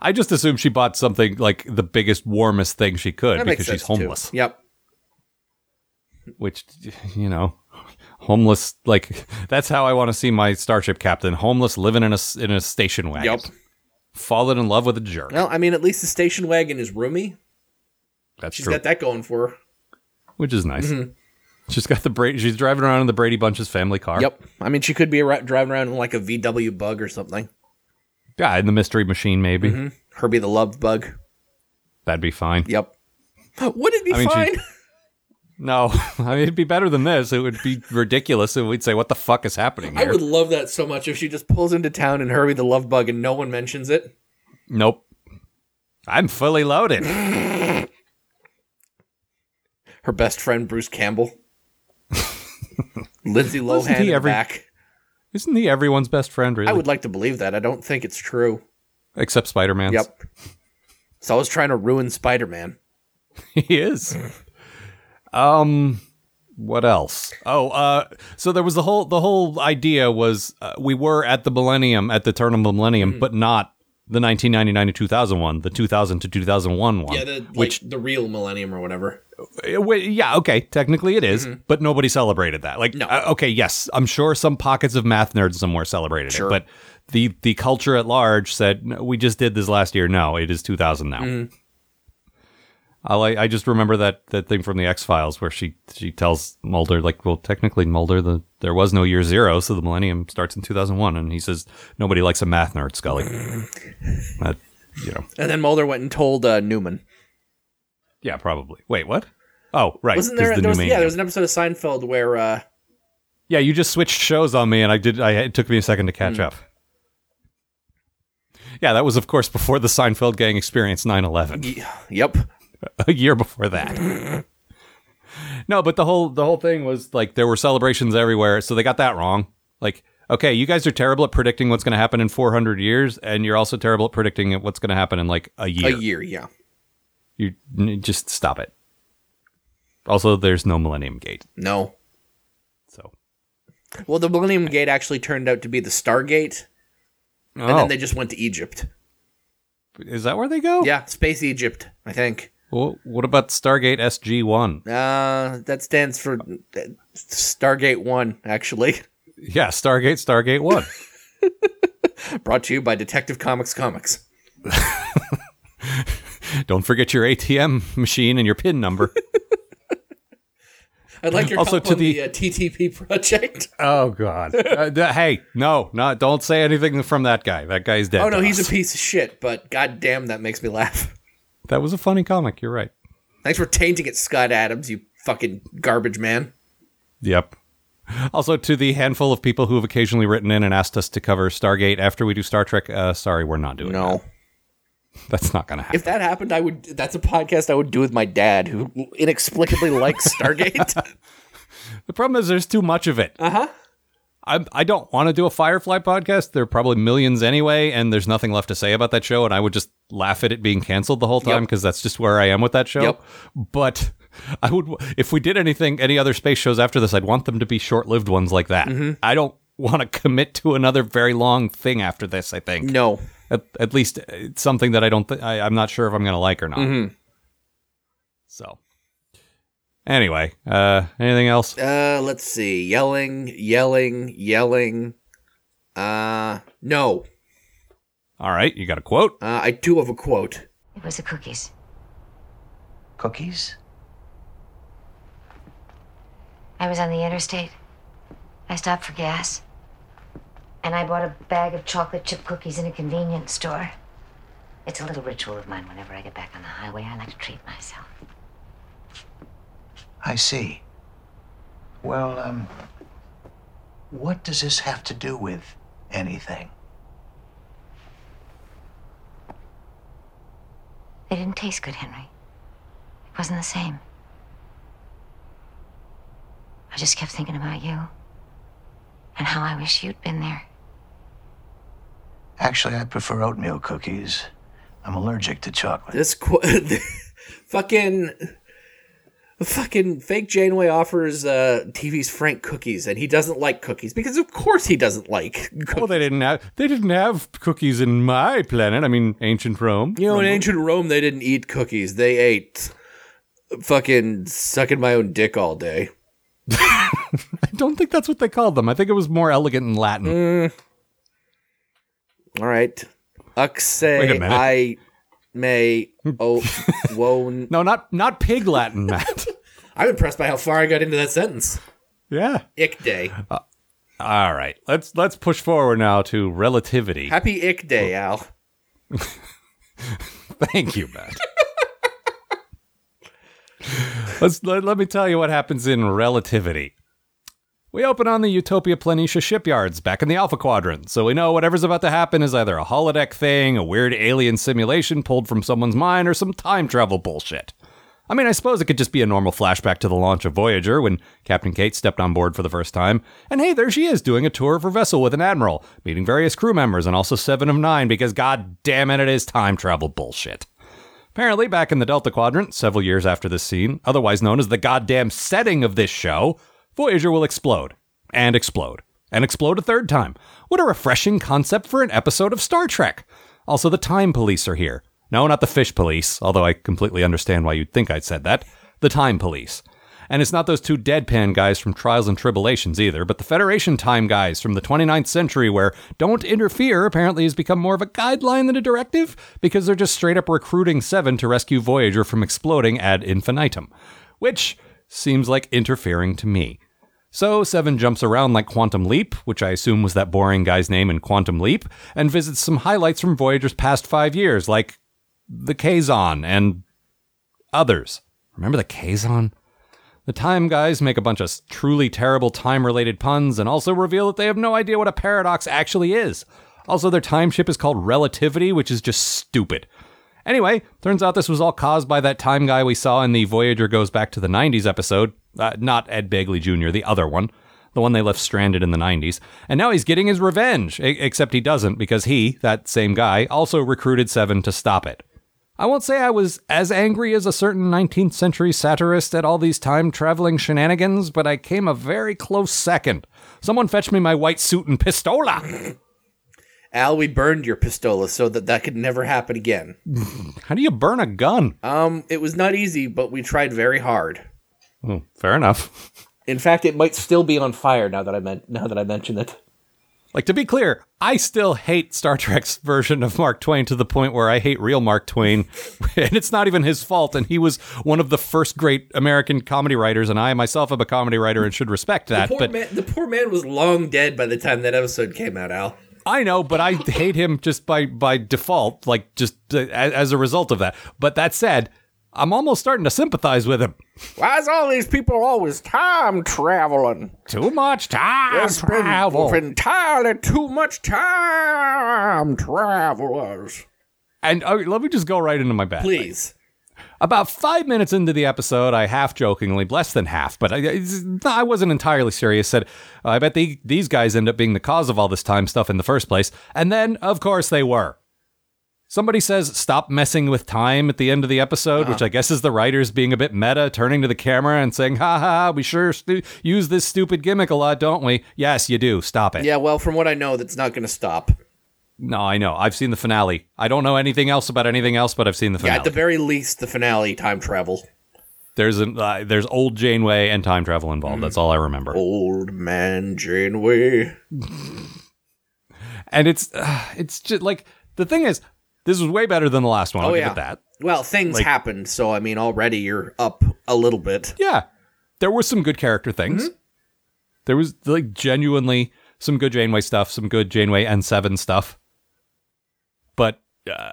Speaker 3: I just assume she bought something like the biggest, warmest thing she could
Speaker 5: That
Speaker 3: because
Speaker 5: makes
Speaker 3: she's
Speaker 5: sense too.
Speaker 3: homeless.
Speaker 5: Yep.
Speaker 3: which you know homeless like that's how i want to see my starship captain homeless living in a s- in a station wagon
Speaker 5: Yep.
Speaker 3: falling in love with a jerk
Speaker 5: Well, I mean, at least the station wagon is roomy.
Speaker 3: that's
Speaker 5: She's
Speaker 3: true
Speaker 5: got Mm-hmm. that going for her.
Speaker 3: which is nice she's got the brady she's driving around in the brady bunch's family car
Speaker 5: Yep. I mean, she could be ar- driving around in like a VW bug or something.
Speaker 3: yeah in the mystery machine maybe
Speaker 5: Mm-hmm. Herbie the Love Bug.
Speaker 3: that'd be fine
Speaker 5: Yep. Would it be
Speaker 3: I mean, she-
Speaker 5: fine?
Speaker 3: no i mean it'd be better than this it would be ridiculous and we'd say what the fuck is happening
Speaker 5: I
Speaker 3: here
Speaker 5: would love that so much if she just pulls into town in Herbie the Love Bug and no one mentions it.
Speaker 3: nope i'm fully loaded
Speaker 5: Her best friend Bruce Campbell, Lindsay
Speaker 3: Wasn't
Speaker 5: Lohan
Speaker 3: he
Speaker 5: in the
Speaker 3: every-
Speaker 5: back.
Speaker 3: isn't he everyone's best friend really
Speaker 5: I would like to believe that. I don't think it's true.
Speaker 3: except spider-man
Speaker 5: Yep. So I was trying to ruin Spider Man.
Speaker 3: he is. Um, what else? Oh, uh, so there was the whole the whole idea was uh, we were at the millennium at the turn of the millennium, but not the 1999 to 2001, the 2000 to 2001 one. which
Speaker 5: the real Millennium or whatever.
Speaker 3: uh, wa- yeah, okay, technically it is, but nobody celebrated that. Like,
Speaker 5: Mm-hmm. No.
Speaker 3: uh, okay, yes, I'm sure some pockets of math nerds somewhere celebrated
Speaker 5: Sure.
Speaker 3: it, but the the culture at large said "No, we just did this last year. No, it is 2000 now.
Speaker 5: Mm-hmm.
Speaker 3: I like, I just remember that that thing from the X Files where she she tells Mulder like, well, technically Mulder, the there was no year zero, so the millennium starts in 2001, and he says nobody likes a math nerd, Scully.
Speaker 5: Mm-hmm.
Speaker 3: that, you know,
Speaker 5: And then Mulder went and told uh, Newman.
Speaker 3: yeah, probably. Wait, what? Oh, right.
Speaker 5: Wasn't
Speaker 3: 'cause
Speaker 5: there?
Speaker 3: the
Speaker 5: there was,
Speaker 3: new
Speaker 5: yeah,
Speaker 3: maniac.
Speaker 5: there was an episode of Seinfeld where uh,
Speaker 3: Yeah, you just switched shows on me, and I did. I it took me a second to
Speaker 5: Hmm.
Speaker 3: catch up. Yeah, that was of course before the Seinfeld gang experienced 9-11,
Speaker 5: y- yep,
Speaker 3: a year before that. no, but the whole the whole thing was like there were celebrations everywhere, so they got that wrong. Like okay, you guys are terrible at predicting what's going to happen in 400 years, and you're also terrible at predicting what's going to happen in like a year.
Speaker 5: A year, yeah.
Speaker 3: You n- just stop it. Also, there's no Millennium Gate,
Speaker 5: No.
Speaker 3: so.
Speaker 5: Well, the Millennium Gate actually turned out to be the Stargate, and
Speaker 3: oh,
Speaker 5: then they just went to Egypt.
Speaker 3: is that where they go?
Speaker 5: Yeah, Space Egypt, I think.
Speaker 3: Well, what about Stargate SG One?
Speaker 5: Uh, that stands for uh, Stargate 1, actually.
Speaker 3: Yeah, Stargate, Stargate One.
Speaker 5: Brought to you by Detective Comics Comics.
Speaker 3: Don't forget your ATM machine and your PIN number.
Speaker 5: I'd like your
Speaker 3: Also
Speaker 5: help
Speaker 3: to
Speaker 5: on
Speaker 3: the-
Speaker 5: the, uh, TTP project.
Speaker 3: oh God! Uh, d- hey, no, no, don't say anything from that guy. That guy's dead.
Speaker 5: Oh no,
Speaker 3: to
Speaker 5: he's
Speaker 3: us.
Speaker 5: a piece of shit, but goddamn, that makes me laugh.
Speaker 3: that was a funny comic. You're right.
Speaker 5: Thanks for tainting it, Scott Adams, you fucking garbage man.
Speaker 3: Yep. Also, to the handful of people who have occasionally written in and asked us to cover Stargate after we do Star Trek, uh, sorry, we're not doing
Speaker 5: No.
Speaker 3: that. That's not going to happen.
Speaker 5: If that happened, I would. That's a podcast I would do with my dad, who inexplicably likes Stargate.
Speaker 3: the problem is there's too much of it. Uh
Speaker 5: Uh-huh.
Speaker 3: huh. I, I don't want to do a Firefly podcast. There are probably millions anyway, and there's nothing left to say about that show. And I would just laugh at it being canceled the whole time because that's just where I am with that show.
Speaker 5: Yep.
Speaker 3: But I would, if we did anything, any other space shows after this, I'd want them to be short lived ones like that.
Speaker 5: Mm-hmm.
Speaker 3: I don't want to commit to another very long thing after this, I think.
Speaker 5: no,
Speaker 3: at, at least uh, it's something that I don't th- I, I'm not sure if I'm going to like or not.
Speaker 5: Mm-hmm.
Speaker 3: So anyway, uh, anything else?
Speaker 5: uh, let's see. Yelling, yelling, yelling. Uh, no.
Speaker 3: All right, you got a quote.
Speaker 5: Uh, I do have a quote.
Speaker 6: It was the cookies.
Speaker 7: Cookies?
Speaker 6: I was on the interstate. I stopped for gas. And I bought a bag of chocolate chip cookies in a convenience store. It's a little ritual of mine whenever I get back on the highway. I like to treat myself.
Speaker 7: I see. Well, um, what does this have to do with anything?
Speaker 6: They didn't taste good, Henry. It wasn't the same. I just kept thinking about you and how I wish you'd been there.
Speaker 7: Actually, I prefer oatmeal cookies. I'm allergic to chocolate.
Speaker 5: This quote, fucking, fucking fake Janeway offers uh, TV's Frank cookies, and he doesn't like cookies because, of course, he doesn't like. Cookies.
Speaker 3: Well, they didn't have they didn't have cookies in my planet. I mean, ancient Rome.
Speaker 5: You know, in ancient Rome, they didn't eat cookies. They ate fucking sucking my own dick all day.
Speaker 3: I don't think that's what they called them. I think it was more elegant in Latin.
Speaker 5: All right. Uxe
Speaker 3: Wait a minute.
Speaker 5: I may oh won.
Speaker 3: No, not not pig Latin, Matt.
Speaker 5: I'm impressed by how far I got into that sentence.
Speaker 3: yeah.
Speaker 5: Ick day.
Speaker 3: All right. Let's let's push forward now to relativity.
Speaker 5: Happy ick day, Al.
Speaker 3: Thank you, Matt. Let's, let, let me tell you what happens in relativity. We open on the Utopia Planitia shipyards back in the Alpha Quadrant, so we know whatever's about to happen is either a holodeck thing, a weird alien simulation pulled from someone's mind, or some time travel bullshit. I mean, I suppose it could just be a normal flashback to the launch of Voyager when Captain Kate stepped on board for the first time. And hey, there she is doing a tour of her vessel with an admiral, meeting various crew members and also Seven of Nine because god damn it, it is time travel bullshit. Apparently, back in the Delta Quadrant, several years after this scene, otherwise known as the goddamn setting of this show, Voyager will explode. And explode. And explode a third time. What a refreshing concept for an episode of Star Trek. Also, the time police are here. No, not the fish police, although I completely understand why you'd think I'd said that. The time police. And it's not those two deadpan guys from Trials and Tribulations either, but the Federation time guys from the 29th century, where don't interfere apparently has become more of a guideline than a directive because they're just straight up recruiting Seven to rescue Voyager from exploding ad infinitum, which seems like interfering to me. So, Seven jumps around like Quantum Leap, which I assume was that boring guy's name in Quantum Leap, and visits some highlights from Voyager's past five years, like the Kazon and others. Remember the Kazon? The time guys make a bunch of truly terrible time related puns and also reveal that they have no idea what a paradox actually is. Also, their time ship is called Relativity, which is just stupid. Anyway, turns out this was all caused by that time guy we saw in the Voyager Goes Back to the 90s episode. Uh, not Ed Begley Jr., the other one. the one they left stranded in the 90s. And now he's getting his revenge, e- except he doesn't because he, that same guy, also recruited Seven to stop it. I won't say I was as angry as a certain 19th century satirist at all these time traveling shenanigans, but I came a very close second. Someone fetch me my white suit and pistola.
Speaker 5: Al, we burned your pistola so that that could never happen again.
Speaker 3: How do you burn a gun?
Speaker 5: Um, it was not easy, but we tried very hard.
Speaker 3: Oh, fair enough.
Speaker 5: In fact, it might still be on fire now that I meant now that I mentioned it.
Speaker 3: Like to be clear, I still hate Star Trek's version of Mark Twain to the point where I hate real Mark Twain, and it's not even his fault. And he was one of the first great American comedy writers, and I myself am a comedy writer and should respect that.
Speaker 5: Poor
Speaker 3: But
Speaker 5: man, the poor man was long dead by the time that episode came out, Al.
Speaker 3: I know, but I hate him just by by default, like just uh, as, as a result of that. But that said, I'm almost starting to sympathize with him.
Speaker 5: Why is all these people always time traveling?
Speaker 3: Too much time travel.
Speaker 5: entirely too much time travelers.
Speaker 3: And uh, let me just go right into my bad.
Speaker 5: Please.
Speaker 3: About five minutes into the episode, I half jokingly, less than half, but I, it's- I wasn't entirely serious, said, I bet the, these guys end up being the cause of all this time stuff in the first place. And then, of course, they were. Somebody says, stop messing with time at the end of the episode,
Speaker 5: Uh-huh.
Speaker 3: which I guess is the writers being a bit meta, turning to the camera and saying, ha ha, ha, we sure stu- use this stupid gimmick a lot, don't we? Yes, you do. Stop it.
Speaker 5: Yeah, well, from what I know, that's not going to stop.
Speaker 3: No, I know. I've seen the finale. I don't know anything else about anything else, but I've seen the
Speaker 5: Yeah,
Speaker 3: finale.
Speaker 5: at the very least, the finale time travel.
Speaker 3: There's an uh, there's old Janeway and time travel involved. That's all I remember.
Speaker 5: Mm-hmm. Old man Janeway.
Speaker 3: And it's uh, it's just like the thing is, this was way better than the last one. I'll
Speaker 5: Oh,
Speaker 3: give
Speaker 5: yeah.
Speaker 3: it that.
Speaker 5: Well, things happened, so I mean, already you're up a little bit.
Speaker 3: Yeah, there were some good character things.
Speaker 5: Mm-hmm.
Speaker 3: There was like genuinely some good Janeway stuff, some good Janeway and Seven stuff. But uh,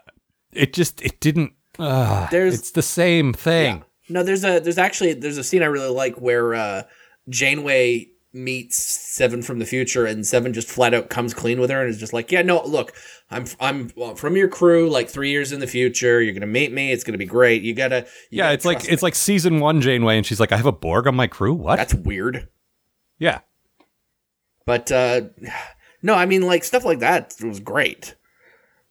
Speaker 3: it just it didn't. Uh,
Speaker 5: There's-
Speaker 3: it's the same thing.
Speaker 5: No, there's a there's actually there's a scene I really like where uh, Janeway meets Seven from the future, and Seven just flat out comes clean with her and is just like, "Yeah, no, look, I'm I'm well, from your crew, like three years in the future. You're gonna meet me. It's gonna be great. You gotta, you
Speaker 3: Yeah,
Speaker 5: gotta
Speaker 3: it's like
Speaker 5: trust
Speaker 3: it's
Speaker 5: me."
Speaker 3: like season one Janeway, and she's like, "I have a Borg on my crew." What?
Speaker 5: that's weird."
Speaker 3: yeah,
Speaker 5: But uh, no, I mean, like stuff like that was great.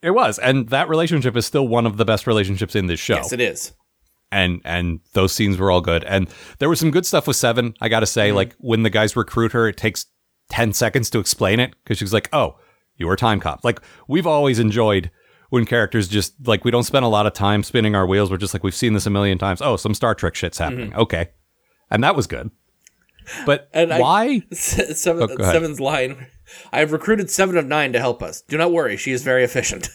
Speaker 3: it was, and that relationship is still one of the best relationships in this show.
Speaker 5: Yes, it is.
Speaker 3: and and those scenes were all good and there was some good stuff with seven i gotta
Speaker 5: Mm-hmm.
Speaker 3: say like when the guys recruit her it takes 10 seconds to explain it because she's like oh you were a time cop like we've always enjoyed when characters just like we don't spend a lot of time spinning our wheels we're just like we've seen this a million times oh some star trek shit's happening okay and that was good but
Speaker 5: Mm-hmm. And I-
Speaker 3: why
Speaker 5: Seven,
Speaker 3: Oh, go ahead.
Speaker 5: Seven's line. I have recruited Seven of Nine to help us. Do not worry, she is very efficient.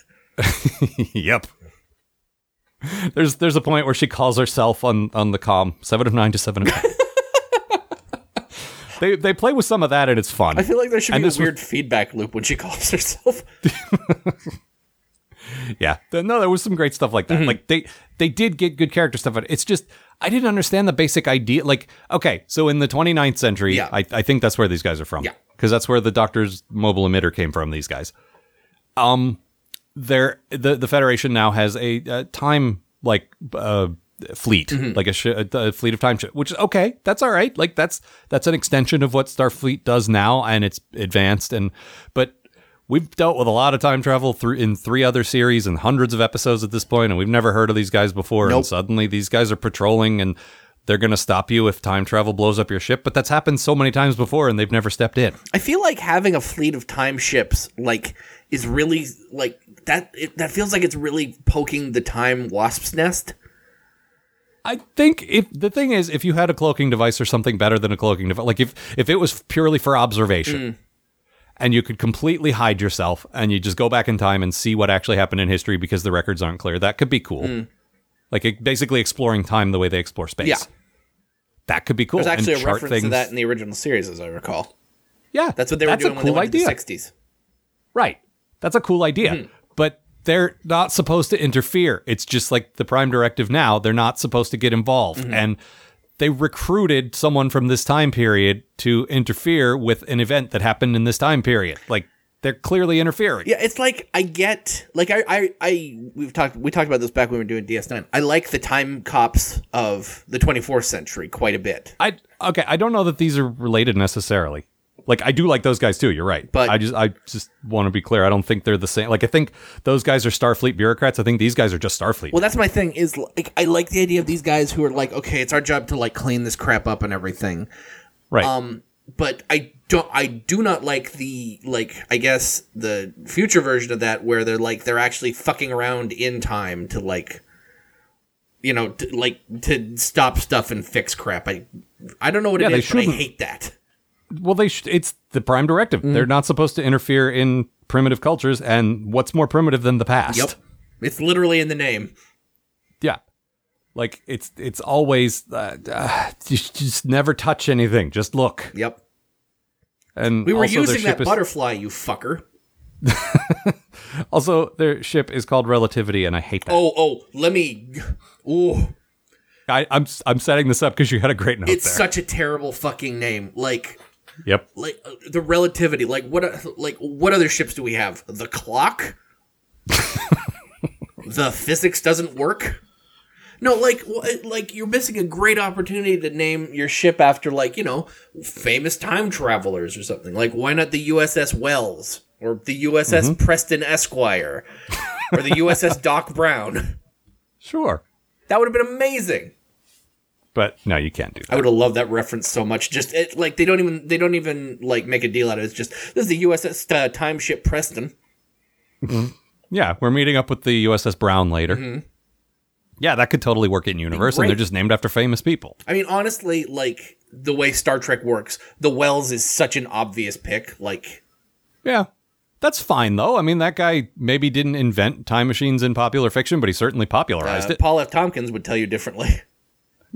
Speaker 3: yep there's there's a point where she calls herself on on the com 7 of 9 to 7 of 9 They, they play with some of that and it's fun.
Speaker 5: I feel like there should
Speaker 3: And
Speaker 5: be a
Speaker 3: this was-
Speaker 5: weird feedback loop when she calls herself.
Speaker 3: Yeah. Th- No, there was some great stuff like that.
Speaker 5: Mm-hmm.
Speaker 3: Like they they did get good character stuff. But it's just I didn't understand the basic idea. Like, okay, so in the 29th century,
Speaker 5: Yeah.
Speaker 3: I, I think that's where these guys are from.
Speaker 5: Yeah.
Speaker 3: Because that's where the doctor's mobile emitter came from, these guys. Um there the the Federation now has a, uh time like uh fleet like a, shi a, a fleet of time ships which is okay that's all right like that's that's an extension of what starfleet does now and it's advanced and but we've dealt with a lot of time travel through in three other series and hundreds of episodes at this point and we've never heard of these guys before and
Speaker 5: Nope.
Speaker 3: suddenly these guys are patrolling and they're going to stop you if time travel blows up your ship but that's happened so many times before and they've never stepped in
Speaker 5: I feel like having a fleet of time ships like is really like that. It, that feels like it's really poking the time wasp's nest.
Speaker 3: I think if the thing is, if you had a cloaking device or something better than a cloaking device, like if if it was purely for observation,
Speaker 5: Mm.
Speaker 3: and you could completely hide yourself and you just go back in time and see what actually happened in history because the records aren't clear, that could be cool. Like it, basically exploring time the way they explore space.
Speaker 5: Mm. Yeah.
Speaker 3: That could be cool.
Speaker 5: There's actually
Speaker 3: and
Speaker 5: a
Speaker 3: chart
Speaker 5: reference
Speaker 3: things.
Speaker 5: to that in the original series, as I recall.
Speaker 3: Yeah,
Speaker 5: That's what they were
Speaker 3: that's
Speaker 5: doing
Speaker 3: a
Speaker 5: when
Speaker 3: cool
Speaker 5: they went
Speaker 3: idea.
Speaker 5: to the 60s.
Speaker 3: Right. That's a cool idea.
Speaker 5: Mm-hmm.
Speaker 3: But they're not supposed to interfere. It's just like the prime directive now, they're not supposed to get involved.
Speaker 5: Mm-hmm.
Speaker 3: And they recruited someone from this time period to interfere with an event that happened in this time period. Like they're clearly interfering.
Speaker 5: Yeah, it's like I get like I I, I we've talked we talked about this back when we were doing DS9. I like the time cops of the 24th century quite a bit.
Speaker 3: I okay, I don't know that these are related necessarily. Like I do like those guys too. You're right,
Speaker 5: But-
Speaker 3: I just I just want to be clear. I don't think they're the same. Like I think those guys are Starfleet bureaucrats. I think these guys are just Starfleet.
Speaker 5: Well, that's my thing. Is like I like the idea of these guys who are like, okay, it's our job to like clean this crap up and everything.
Speaker 3: right.
Speaker 5: Um, but I don't. I do not like the like. I guess the future version of that where they're like they're actually fucking around in time to like, you know, to, like to stop stuff and fix crap. I I don't know what
Speaker 3: Yeah,
Speaker 5: it
Speaker 3: they
Speaker 5: is, but I
Speaker 3: shouldn't.
Speaker 5: hate that.
Speaker 3: well, they sh- it's the prime directive.
Speaker 5: Mm.
Speaker 3: They're not supposed to interfere in primitive cultures. And what's more primitive than the past?
Speaker 5: Yep, it's literally in the name.
Speaker 3: Yeah. Like it's it's always uh, uh, just, just never touch anything. Just look.
Speaker 5: Yep,
Speaker 3: And
Speaker 5: we were
Speaker 3: also their
Speaker 5: using
Speaker 3: ship
Speaker 5: that
Speaker 3: is-
Speaker 5: butterfly, you fucker.
Speaker 3: Also, their ship is called Relativity, and I hate that.
Speaker 5: Oh, oh, let me. Ooh.
Speaker 3: I, I'm I'm setting this up because you had a great note
Speaker 5: it's
Speaker 3: there.
Speaker 5: such a terrible fucking name. Like,
Speaker 3: yep.
Speaker 5: like uh, the relativity. Like what? o- Like what other ships do we have? The clock. the physics doesn't work. No, like, wh- like you're missing a great opportunity to name your ship after, like, you know, famous time travelers or something. Like, why not the USS Wells or the USS Preston Esquire or the USS Doc Brown?
Speaker 3: Sure.
Speaker 5: That would have been amazing.
Speaker 3: But no, you can't do that.
Speaker 5: I would have loved that reference so much. Just it, like they don't even they don't even like make a deal out of it. It's just this is the USS uh, time ship Preston.
Speaker 3: Yeah, we're meeting up with the USS Brown later. Yeah, that could totally work in universe, and they're
Speaker 5: Mm-hmm. great.
Speaker 3: just named after famous people.
Speaker 5: I mean, honestly, like the way Star Trek works, the Wells is such an obvious pick. Like,
Speaker 3: Yeah. That's fine though. I mean, that guy maybe didn't invent time machines in popular fiction, but he certainly popularized
Speaker 5: uh,
Speaker 3: it.
Speaker 5: Paul F. Tompkins would tell you differently.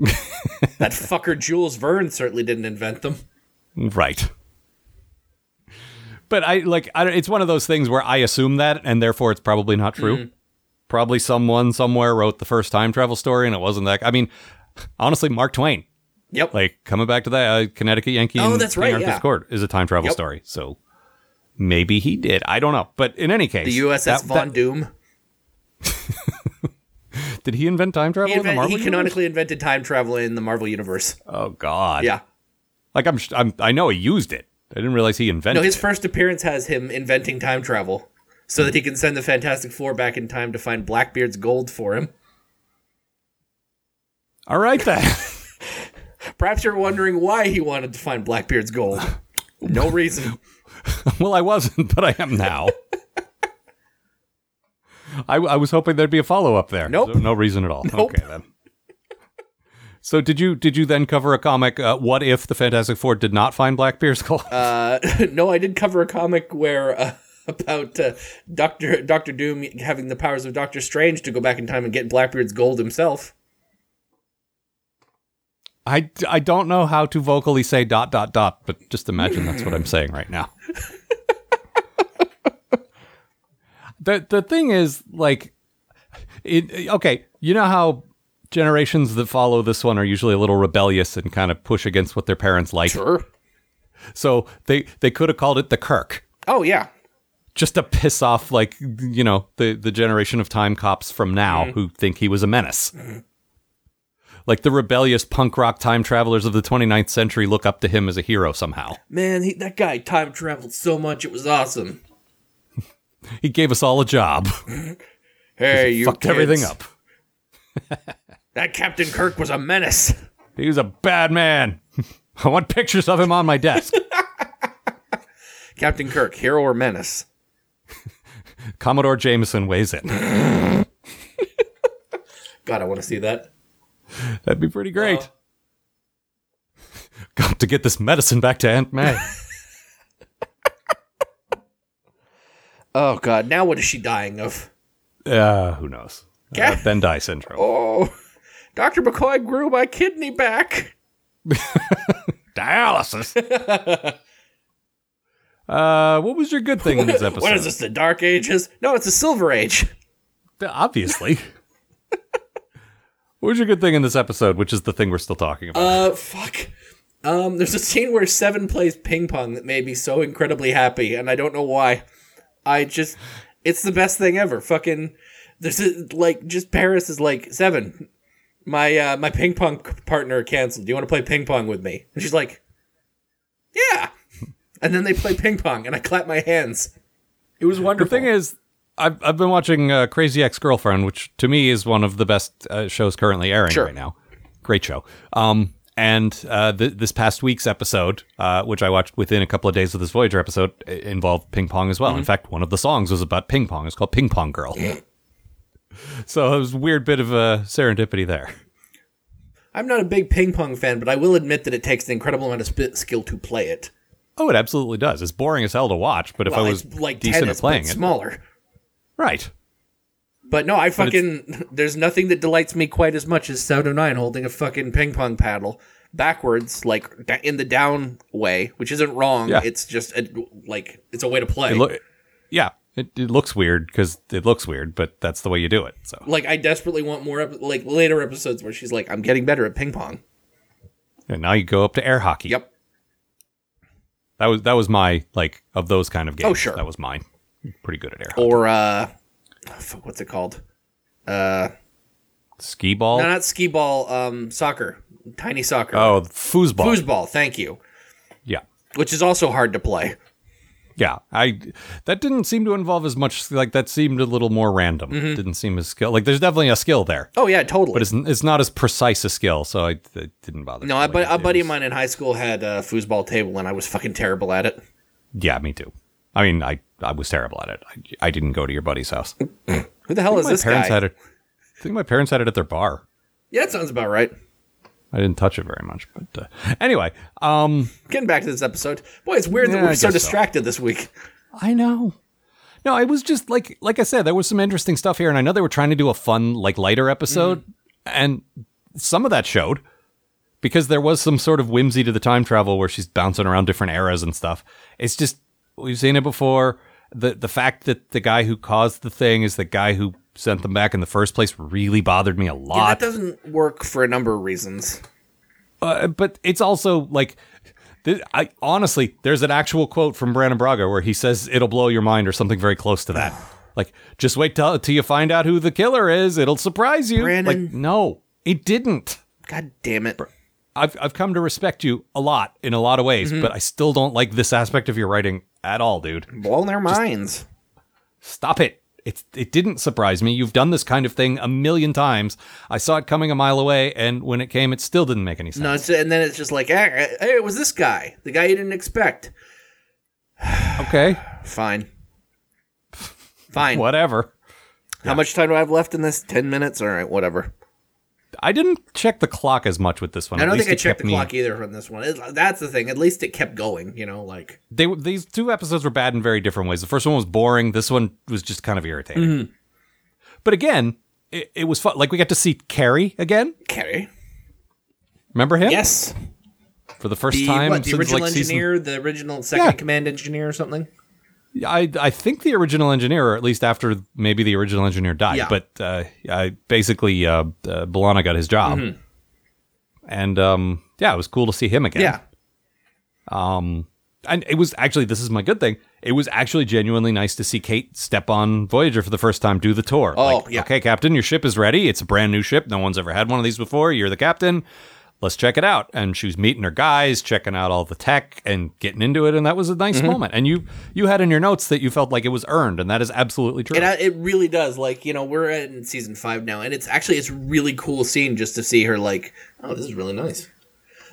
Speaker 5: that fucker Jules Verne certainly didn't invent them.
Speaker 3: Right. But I like I, don't- it's one of those things where I assume that, and therefore it's probably not true.
Speaker 5: Mm.
Speaker 3: Probably someone somewhere wrote the first time travel story, and it wasn't that. I mean, honestly, Mark Twain.
Speaker 5: Yep.
Speaker 3: Like coming back to that, uh, Connecticut Yankee.
Speaker 5: Oh,
Speaker 3: and
Speaker 5: that's
Speaker 3: King
Speaker 5: right,
Speaker 3: Arthur's
Speaker 5: yeah.
Speaker 3: Court is a time travel
Speaker 5: Yep.
Speaker 3: story, so maybe he did. I don't know. But in any case,
Speaker 5: the USS
Speaker 3: that-
Speaker 5: Von
Speaker 3: that-
Speaker 5: Doom.
Speaker 3: did he invent time travel
Speaker 5: He,
Speaker 3: in the
Speaker 5: invent-
Speaker 3: Marvel?
Speaker 5: he
Speaker 3: universe?
Speaker 5: canonically invented time travel in the Marvel universe.
Speaker 3: Oh God.
Speaker 5: Yeah.
Speaker 3: Like I'm, sh- I'm. I know he used it. I didn't realize he invented.
Speaker 5: No, his
Speaker 3: it.
Speaker 5: first appearance has him inventing time travel so that he can send the Fantastic Four back in time to find Blackbeard's gold for him.
Speaker 3: All right then.
Speaker 5: Perhaps you're wondering why he wanted to find Blackbeard's gold. No reason.
Speaker 3: Well, I wasn't, but I am now. I, I was hoping there'd be a follow up there.
Speaker 5: Nope.
Speaker 3: So no reason at all.
Speaker 5: Nope.
Speaker 3: Okay then. So did you did you then cover a comic? Uh, what if the Fantastic Four did not find Blackbeard's gold?
Speaker 5: Uh, no, I did cover a comic where uh, about uh, Doctor Doctor Doom having the powers of Doctor Strange to go back in time and get Blackbeard's gold himself.
Speaker 3: I, I don't know how to vocally say dot dot dot, but just imagine that's what I'm saying right now. the the thing is like it okay, you know how generations that follow this one are usually a little rebellious and kind of push against what their parents like.
Speaker 5: Sure.
Speaker 3: So they they could have called it the Kirk
Speaker 5: Oh yeah.
Speaker 3: just to piss off like you know the the generation of time cops from now
Speaker 5: Mm-hmm.
Speaker 3: who think he was a menace like the rebellious punk rock time travelers of the 29th century look up to him as a hero somehow
Speaker 5: Man, he, that guy time traveled so much it was awesome.
Speaker 3: he gave us all a job
Speaker 5: Hey, you
Speaker 3: fucked
Speaker 5: kids.
Speaker 3: everything up
Speaker 5: That Captain Kirk was a menace.
Speaker 3: he was a bad man i want pictures of him on my desk
Speaker 5: Captain Kirk, hero or menace?
Speaker 3: commodore jameson weighs in
Speaker 5: God, I want to see that.
Speaker 3: that'd be pretty great got to get this medicine back to aunt may
Speaker 5: Oh God, now what is she dying of?
Speaker 3: uh, who knows uh,
Speaker 5: Ca-
Speaker 3: ben dye syndrome
Speaker 5: Oh, Doctor McCoy grew my kidney back.
Speaker 3: dialysis. uh, what was your good thing in this episode?
Speaker 5: What is this? The Dark Ages? No, it's the Silver Age.
Speaker 3: Obviously. what was your good thing in this episode? Which is the thing we're still talking about.
Speaker 5: Uh, fuck. Um, there's a scene where Seven plays ping pong that made me so incredibly happy, and I don't know why. I just, it's the best thing ever. Fucking, there's a, like just Paris is like Seven. My uh, my ping pong partner canceled. Do you want to play ping pong with me? And she's like, Yeah. and then they play ping pong, and I clap my hands. It was
Speaker 3: The
Speaker 5: wonderful.
Speaker 3: thing is, I've, I've been watching uh, Crazy Ex Girlfriend, which to me is one of the best uh, shows currently airing
Speaker 5: Sure.
Speaker 3: right now. Great show. Um, and uh, th- this past week's episode, uh, which I watched within a couple of days of this Voyager episode, i- involved ping pong as well.
Speaker 5: Mm-hmm.
Speaker 3: In fact, one of the songs was about ping pong. It's called Ping Pong Girl. so it was a weird bit of uh, serendipity there.
Speaker 5: I'm not a big ping pong fan, but I will admit that it takes an incredible amount of sp- skill to play it.
Speaker 3: Oh, it absolutely does. It's boring as hell to watch, but if
Speaker 5: Well,
Speaker 3: I was
Speaker 5: it's like
Speaker 3: decent
Speaker 5: tennis,
Speaker 3: at playing
Speaker 5: but
Speaker 3: it,
Speaker 5: smaller.
Speaker 3: right?
Speaker 5: But no, I
Speaker 3: But it's-
Speaker 5: fucking there's nothing that delights me quite as much as Sound of Nine holding a fucking ping pong paddle backwards, like da- in the down way, which isn't wrong.
Speaker 3: Yeah.
Speaker 5: It's just a, like it's a way to play.
Speaker 3: It loo- yeah, it, it looks weird because it looks weird, but that's the way you do it. So
Speaker 5: like I desperately want more ep- like later episodes where she's like, "I'm getting better at ping pong."
Speaker 3: And now you go up to air hockey.
Speaker 5: Yep.
Speaker 3: That was that was my like of those kind of games.
Speaker 5: Oh, sure.
Speaker 3: That was mine. Pretty good at air hockey.
Speaker 5: Or uh, oh, fuck, what's it called? Uh,
Speaker 3: Ski ball.
Speaker 5: no, not skee ball. Um, soccer, tiny soccer.
Speaker 3: oh, foosball.
Speaker 5: foosball. Thank you.
Speaker 3: yeah.
Speaker 5: Which is also hard to play.
Speaker 3: Yeah. I that didn't seem to involve as much like that seemed a little more random.
Speaker 5: Mm-hmm.
Speaker 3: Didn't seem as skill. Like there's definitely a skill there.
Speaker 5: Oh yeah, totally.
Speaker 3: But it's, it's not as precise a skill, so I, it didn't bother.
Speaker 5: No,
Speaker 3: me
Speaker 5: I,
Speaker 3: like
Speaker 5: but
Speaker 3: it
Speaker 5: a buddy
Speaker 3: is.
Speaker 5: of mine in high school had a foosball table, and I was fucking terrible at it.
Speaker 3: Yeah, me too. I mean, I, I was terrible at it. I, I didn't go to your buddy's house. I think
Speaker 5: Who the hell is
Speaker 3: my
Speaker 5: this
Speaker 3: parents
Speaker 5: guy?
Speaker 3: had it. I think my parents had it at their bar.
Speaker 5: yeah, that sounds about right.
Speaker 3: I didn't touch it very much, but uh, anyway, um,
Speaker 5: Getting back to this episode, boy, it's weird
Speaker 3: Yeah,
Speaker 5: that we're
Speaker 3: I
Speaker 5: so
Speaker 3: guess so.
Speaker 5: distracted this week.
Speaker 3: I know. No, it was just like like I said, there was some interesting stuff here, and I know they were trying to do a fun, like lighter episode, and some of that showed because there was some sort of whimsy to the time travel where she's bouncing around different eras and stuff. It's just we've seen it before. The the fact that the guy who caused the thing is the guy who sent them back in the first place really bothered me a
Speaker 5: Yeah,
Speaker 3: lot.
Speaker 5: that doesn't work for a number of reasons.
Speaker 3: Uh, but it's also like th- I honestly, there's an actual quote from Brandon Braga where he says it'll blow your mind or something very close to that. like, just wait till, till you find out who the killer is; it'll surprise you.
Speaker 5: Brandon.
Speaker 3: Like, no, it didn't.
Speaker 5: God damn it!
Speaker 3: I've I've come to respect you a lot in a lot of ways,
Speaker 5: Mm-hmm.
Speaker 3: but I still don't like this aspect of your writing at all, dude.
Speaker 5: Blow their minds.
Speaker 3: Stop it. It's it didn't surprise me. You've done this kind of thing a million times. I saw it coming a mile away, and when it came, it still didn't make any sense.
Speaker 5: No, it's, and then it's just like, eh, eh, hey, it was this guy, the guy you didn't expect.
Speaker 3: Okay,
Speaker 5: Fine, fine.
Speaker 3: whatever.
Speaker 5: How much time do I have left in this? Ten minutes. All right, whatever.
Speaker 3: I didn't check the clock as much with this one.
Speaker 5: I
Speaker 3: At
Speaker 5: don't
Speaker 3: least
Speaker 5: think I
Speaker 3: it
Speaker 5: checked
Speaker 3: kept
Speaker 5: the
Speaker 3: me-
Speaker 5: clock either on this one. It- that's the thing. At least it kept going. You know, like.
Speaker 3: They were- these two episodes were bad in very different ways. The first one was boring. This one was just kind of irritating.
Speaker 5: Mm-hmm.
Speaker 3: But again, it, it was fun. Like we got to see Carrie again.
Speaker 5: Okay.
Speaker 3: Remember him?
Speaker 5: Yes.
Speaker 3: For the first
Speaker 5: The,
Speaker 3: time
Speaker 5: what, the
Speaker 3: since
Speaker 5: original
Speaker 3: like season-
Speaker 5: engineer, the original second
Speaker 3: Yeah.
Speaker 5: command engineer or something?
Speaker 3: I I think the original engineer, or at least after maybe the original engineer died.
Speaker 5: Yeah.
Speaker 3: But uh, I basically uh, uh, B'Elanna got his job,
Speaker 5: Mm-hmm.
Speaker 3: and um, yeah, it was cool to see him again. and it was actually this is my good thing. It was actually genuinely nice to see Kate step on Voyager for the first time, do the tour.
Speaker 5: Oh,
Speaker 3: like,
Speaker 5: yeah.
Speaker 3: okay, Captain, your ship is ready. It's a brand new ship. No one's ever had one of these before. You're the captain. Let's check it out. And she was meeting her guys, checking out all the tech and getting into it, and that was a
Speaker 5: Mm-hmm.
Speaker 3: nice moment. And you you had in your notes that you felt like it was earned, and that is absolutely true.
Speaker 5: It, it really does. Like, you know, we're in season five now, and it's actually, it's really cool scene just to see her like, oh, this is really nice.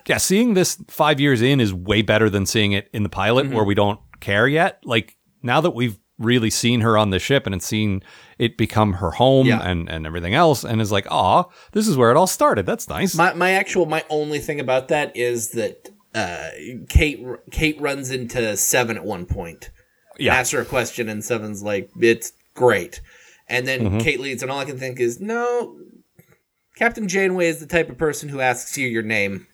Speaker 3: yeah, seeing this five years in is way better than seeing it in the pilot
Speaker 5: Mm-hmm.
Speaker 3: where we don't care yet. Like now that we've really seen her on the ship and it's seen it become her home
Speaker 5: Yeah.
Speaker 3: and, and everything else, and is like, aw, this is where it all started. That's nice.
Speaker 5: My, my actual, my only thing about that is that uh, Kate, Kate runs into Seven at one point.
Speaker 3: Yeah.
Speaker 5: Asks her a question, and Seven's like, it's great. And then
Speaker 3: Mm-hmm.
Speaker 5: Kate leads, and all I can think is, no, Captain Janeway is the type of person who asks you your name.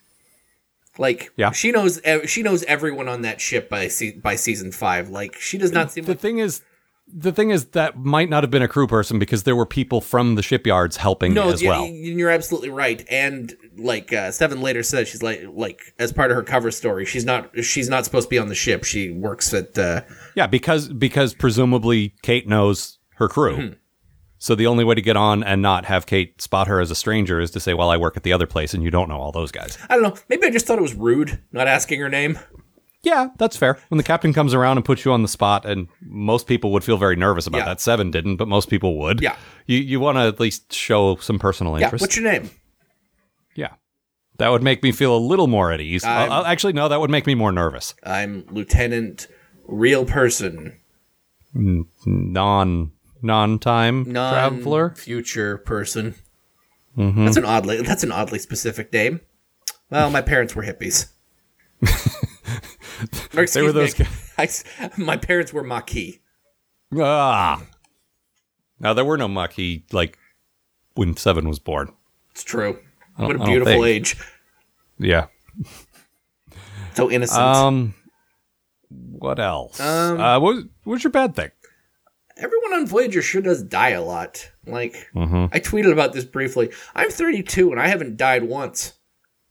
Speaker 5: Like
Speaker 3: Yeah.
Speaker 5: she knows ev- she knows everyone on that ship by se- by season five. Like she does not seem
Speaker 3: the
Speaker 5: like
Speaker 3: thing is, the thing is that might not have been a crew person because there were people from the shipyards helping
Speaker 5: no.
Speaker 3: as
Speaker 5: yeah,
Speaker 3: well.
Speaker 5: y- you're absolutely right. And like uh, Seven later says, she's like like as part of her cover story, she's not she's not supposed to be on the ship. She works at uh,
Speaker 3: Yeah, because because presumably Kate knows her crew.
Speaker 5: Mm-hmm.
Speaker 3: So the only way to get on and not have Kate spot her as a stranger is to say, "Well, I work at the other place, and you don't know all those guys."
Speaker 5: I don't know. Maybe I just thought it was rude not asking her name.
Speaker 3: Yeah, that's fair. When the captain comes around and puts you on the spot, and most people would feel very nervous about
Speaker 5: Yeah.
Speaker 3: that. Seven didn't, but most people would.
Speaker 5: Yeah.
Speaker 3: You you want to at least show some personal
Speaker 5: Yeah.
Speaker 3: interest.
Speaker 5: What's your name?
Speaker 3: yeah. That would make me feel a little more at ease.
Speaker 5: I'm-
Speaker 3: Uh, actually, no, that would make me more nervous.
Speaker 5: I'm Lieutenant Real Person,
Speaker 3: Non non time
Speaker 5: non
Speaker 3: traveler.
Speaker 5: future person.
Speaker 3: Mm-hmm.
Speaker 5: That's an oddly that's an oddly specific name. Well, my parents were hippies. Or excuse
Speaker 3: were those
Speaker 5: me, I- I- my parents were Maquis.
Speaker 3: Ah. Now there were no Maquis like when Seven was born.
Speaker 5: It's true.
Speaker 3: don't-
Speaker 5: What
Speaker 3: I
Speaker 5: a
Speaker 3: don't
Speaker 5: beautiful
Speaker 3: think.
Speaker 5: age.
Speaker 3: Yeah.
Speaker 5: So innocent.
Speaker 3: Um. What else?
Speaker 5: Um,
Speaker 3: uh, what was- what was your bad thing?
Speaker 5: Everyone on Voyager sure does die a lot. Like
Speaker 3: Mm-hmm.
Speaker 5: I tweeted about this briefly. I'm 32 and I haven't died once.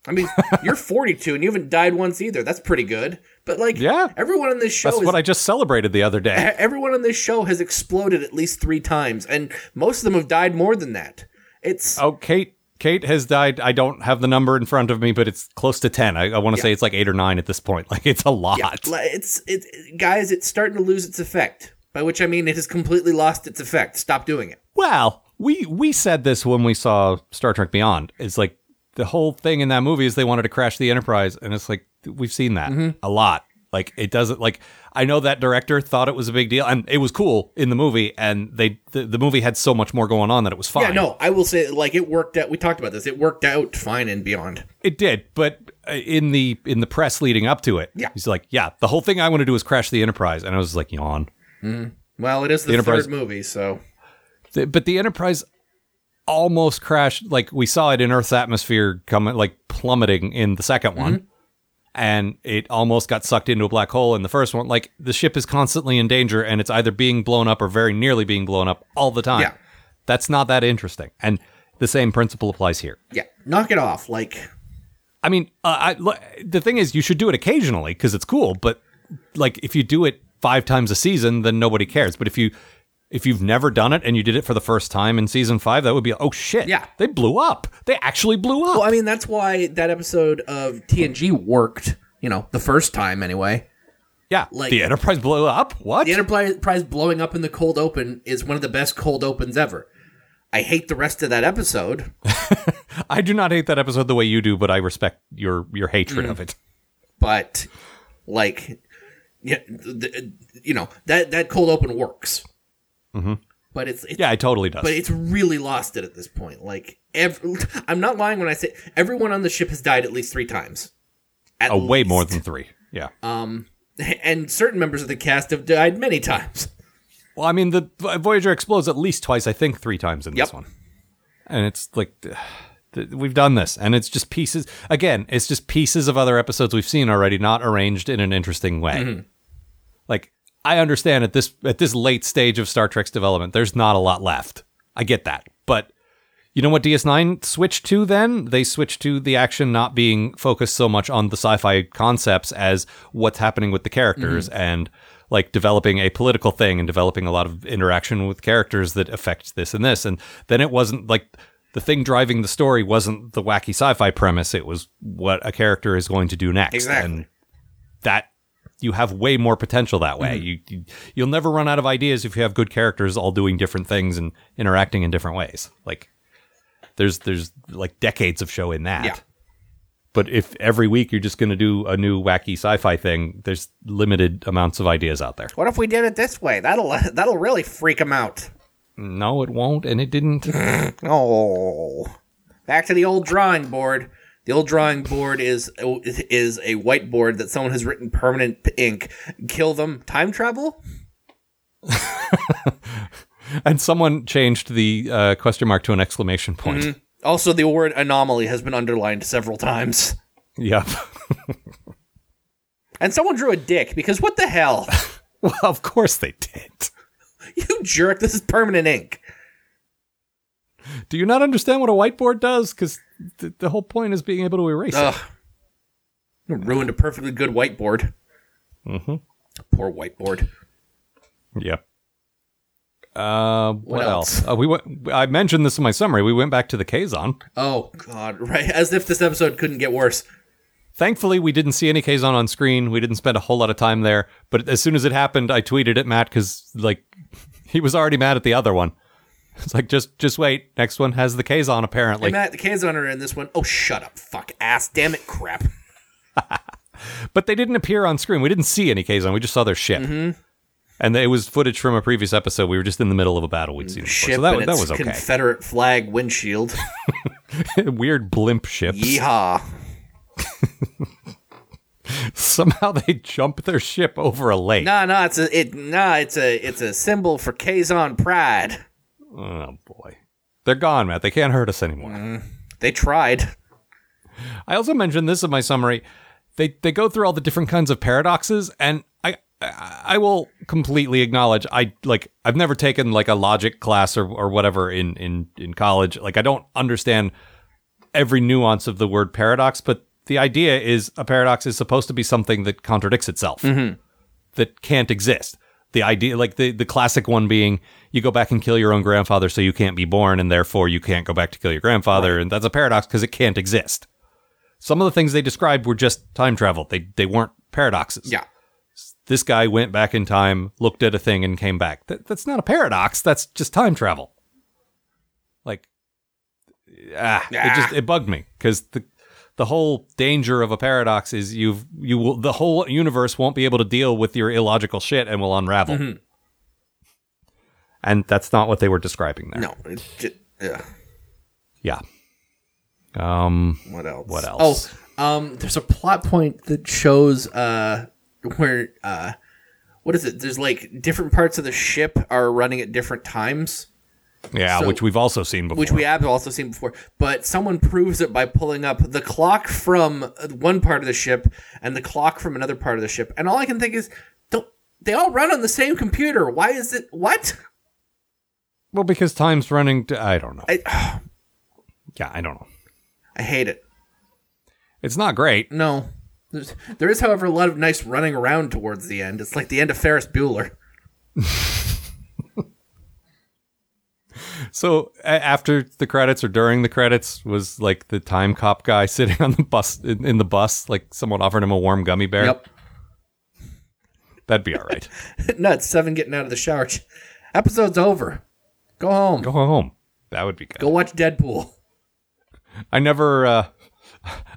Speaker 5: I mean, you're 42 and you haven't died once either. That's pretty good. But like,
Speaker 3: Yeah.
Speaker 5: everyone on this show
Speaker 3: That's
Speaker 5: is
Speaker 3: what I just celebrated the other day.
Speaker 5: E- everyone on this show has exploded at least three times, and most of them have died more than that. It's
Speaker 3: Oh, Kate. Kate has died. I don't have the number in front of me, but it's close to ten. I, I want to say it's like eight or nine at this point. Like it's a lot.
Speaker 5: yeah, li- it's it, it- guys. It's starting to lose its effect. By which I mean it has completely lost its effect. Stop doing it.
Speaker 3: Well, we we said this when we saw Star Trek Beyond. It's like the whole thing in that movie is they wanted to crash the Enterprise, and it's like we've seen that
Speaker 5: Mm-hmm.
Speaker 3: a lot. Like it doesn't like I know that director thought it was a big deal, and it was cool in the movie, and they the, the movie had so much more going on that it was fine.
Speaker 5: Yeah, no, I will say like it worked out. We talked about this. It worked out fine and beyond.
Speaker 3: It did, but uh, in the in the press leading up to it,
Speaker 5: Yeah.
Speaker 3: he's like, "Yeah, the whole thing I want to do is crash the Enterprise," and I was like, "Yawn."
Speaker 5: Well, it is the,
Speaker 3: The Enterprise-
Speaker 5: third movie, so
Speaker 3: Th- but the Enterprise almost crashed. Like we saw it in Earth's atmosphere, coming like plummeting in the 2nd
Speaker 5: Mm-hmm.
Speaker 3: one, and it almost got sucked into a black hole in the first one. Like the ship is constantly in danger, and it's either being blown up or very nearly being blown up all the time.
Speaker 5: Yeah.
Speaker 3: That's not that interesting, and the same principle applies here.
Speaker 5: yeah, knock it off. Like
Speaker 3: I mean, uh, I, l- the thing is, you should do it occasionally because it's cool. But like, if you do it five times a season, then nobody cares. But if you if you've never done it and you did it for the first time in season five, that would be oh shit,
Speaker 5: Yeah.
Speaker 3: they blew up. They actually blew up.
Speaker 5: Well, I mean, that's why that episode of TNG worked. You know, the first time anyway.
Speaker 3: yeah,
Speaker 5: like-
Speaker 3: the Enterprise blew up. What?
Speaker 5: The Enterprise blowing up in the cold open is one of the best cold opens ever. I hate the rest of that episode.
Speaker 3: I do not hate that episode the way you do, but I respect your your
Speaker 5: Mm.
Speaker 3: hatred of it.
Speaker 5: but like yeah, the, you know that that cold open works but it's, it's
Speaker 3: Yeah, it totally does.
Speaker 5: but it's really lost it at this point like ev- i'm not lying when i say everyone on the ship has died at least three times at
Speaker 3: oh, way more
Speaker 5: least.
Speaker 3: than three. Yeah.
Speaker 5: and certain members of the cast have died many times
Speaker 3: well, I mean, the Voyager explodes at least twice. I think three times in this
Speaker 5: Yep.
Speaker 3: one. and it's like th- th- we've done this and it's just pieces again it's just pieces of other episodes we've seen already not arranged in an interesting way like i understand at this at this late stage of star trek's development there's not a lot left i get that but you know what ds9 switched to then they switched to the action not being focused so much on the sci-fi concepts as what's happening with the characters and like developing a political thing and developing a lot of interaction with characters that affect this and this and then it wasn't like the thing driving the story wasn't the wacky sci-fi premise it was what a character is going to do next
Speaker 5: Exactly.
Speaker 3: and that you have way more potential that way
Speaker 5: Mm-hmm.
Speaker 3: you, you you'll never run out of ideas if you have good characters all doing different things and interacting in different ways like there's there's like decades of show in that
Speaker 5: Yeah.
Speaker 3: but if every week you're just going to do a new wacky sci-fi thing there's limited amounts of ideas out there
Speaker 5: what if we did it this way that'll that'll really freak them out
Speaker 3: no it won't and it didn't
Speaker 5: Oh, back to the old drawing board. The old drawing board is is a whiteboard that someone has written permanent p- ink. Kill them. Time travel.
Speaker 3: and someone changed the uh, question mark to an exclamation point
Speaker 5: Hmm. Also, the word anomaly has been underlined several times.
Speaker 3: Yep.
Speaker 5: And someone drew a dick because what the hell,
Speaker 3: well, of course they did.
Speaker 5: you jerk! This is permanent ink.
Speaker 3: Do you not understand what a whiteboard does? Because th- the whole point is being able to erase
Speaker 5: Ugh.
Speaker 3: it.
Speaker 5: Ruined a perfectly good whiteboard.
Speaker 3: Mhm.
Speaker 5: Poor whiteboard.
Speaker 3: Yep. Uh, what,
Speaker 5: else?
Speaker 3: else? Uh, we went. I mentioned this in my summary. We went back to the Kazon.
Speaker 5: Oh God! Right, as if this episode couldn't get worse.
Speaker 3: Thankfully, we didn't see any Kazon on screen. We didn't spend a whole lot of time there. But as soon as it happened, I tweeted at Matt because like he was already mad at the other one. It's like just just wait. Next one has the Kazon apparently.
Speaker 5: Hey, Matt, the K's on her in this one. Oh, shut up, fuck ass, damn it, crap.
Speaker 3: but they didn't appear on screen. We didn't see any Kazon. We just saw their ship.
Speaker 5: Mm-hmm.
Speaker 3: And it was footage from a previous episode. We were just in the middle of a battle we'd seen before.
Speaker 5: Ship
Speaker 3: So that,
Speaker 5: and
Speaker 3: that
Speaker 5: Mm, its
Speaker 3: was okay.
Speaker 5: Confederate flag windshield.
Speaker 3: Weird blimp ships.
Speaker 5: Yeehaw.
Speaker 3: Somehow they jump their ship over a lake.
Speaker 5: No, no, it's a it. No, it's a it's a symbol for Kazon pride.
Speaker 3: Oh boy. They're gone, Matt. They can't hurt us anymore.
Speaker 5: They tried.
Speaker 3: I also mentioned this in my summary. They they go through all the different kinds of paradoxes, and I I I will completely acknowledge I like I've never taken like a logic class or or whatever in in in college. Like I don't understand every nuance of the word paradox, but the idea is a paradox is supposed to be something that contradicts itself, that can't exist. The idea, like the, the classic one being, you go back and kill your own grandfather, so you can't be born, and therefore you can't go back to kill your grandfather, and that's a paradox because it can't exist. Some of the things they described were just time travel; they they weren't paradoxes.
Speaker 5: Yeah.
Speaker 3: this guy went back in time, looked at a thing, and came back. That, that's not a paradox. That's just time travel. Like, ah, it just it bugged me because the the whole danger of a paradox is you've you will the whole universe won't be able to deal with your illogical shit and will unravel.
Speaker 5: Mm-hmm.
Speaker 3: And that's not what they were describing there.
Speaker 5: No. It, j- ugh.
Speaker 3: Yeah. Um.
Speaker 5: What else?
Speaker 3: What else?
Speaker 5: Oh, um, there's a plot point that shows uh where uh what is it? There's like different parts of the ship are running at different times,
Speaker 3: Yeah,
Speaker 5: So-
Speaker 3: which we've also seen before.
Speaker 5: which we have also seen before. But someone proves it by pulling up the clock from uh, one part of the ship and the clock from another part of the ship. And all I can think is, don't they all run on the same computer? Why is it what?
Speaker 3: well, because time's running. To, I don't know.
Speaker 5: I
Speaker 3: yeah, I don't know.
Speaker 5: I hate it.
Speaker 3: It's not great.
Speaker 5: No. There's, there is, however, a lot of nice running around towards the end. It's like the end of Ferris Bueller.
Speaker 3: So a- after the credits or during the credits was like the time cop guy sitting on the bus in, in the bus, like someone offered him a warm gummy bear.
Speaker 5: Yep.
Speaker 3: That'd be all right.
Speaker 5: nuts. Seven getting out of the shower. Episode's over. Go home.
Speaker 3: Go
Speaker 5: Go,
Speaker 3: home. That would be good.
Speaker 5: watch Deadpool.
Speaker 3: I never. Uh,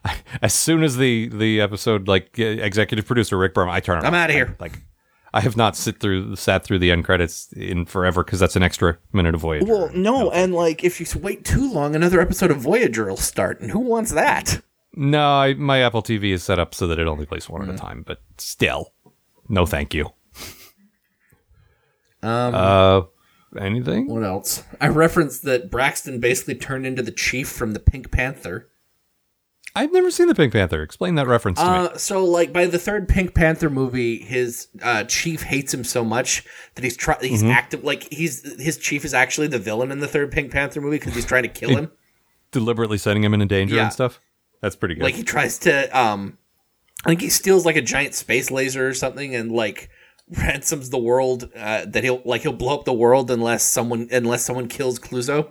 Speaker 3: as soon as the the episode, like uh, executive producer Rick Berman, I turn. it
Speaker 5: I'm
Speaker 3: off.
Speaker 5: outta here.
Speaker 3: I- like, I have not sit through sat through the end credits in forever because that's an extra minute of voyage.
Speaker 5: Well, no, and like if you wait too long, another episode of Voyager will start, and who wants that?
Speaker 3: No, I, my Apple TV is set up so that it only plays one at
Speaker 5: Mm-hmm.
Speaker 3: a time, but still, no, thank you.
Speaker 5: Um,
Speaker 3: Uh, anything?
Speaker 5: What else? I referenced that Braxton basically turned into the chief from the Pink Panther.
Speaker 3: I've never seen the Pink Panther. Explain that reference to me.
Speaker 5: Uh, so like by the third Pink Panther movie, his uh, chief hates him so much that he's try- he's active like he's his chief is actually the villain in the third Pink Panther movie because he's trying to kill him.
Speaker 3: Deliberately setting him into danger
Speaker 5: yeah.
Speaker 3: and stuff. That's pretty good.
Speaker 5: like he tries to um i think he steals like a giant space laser or something and like ransoms the world uh, that he'll like he'll blow up the world unless someone unless someone kills cluzo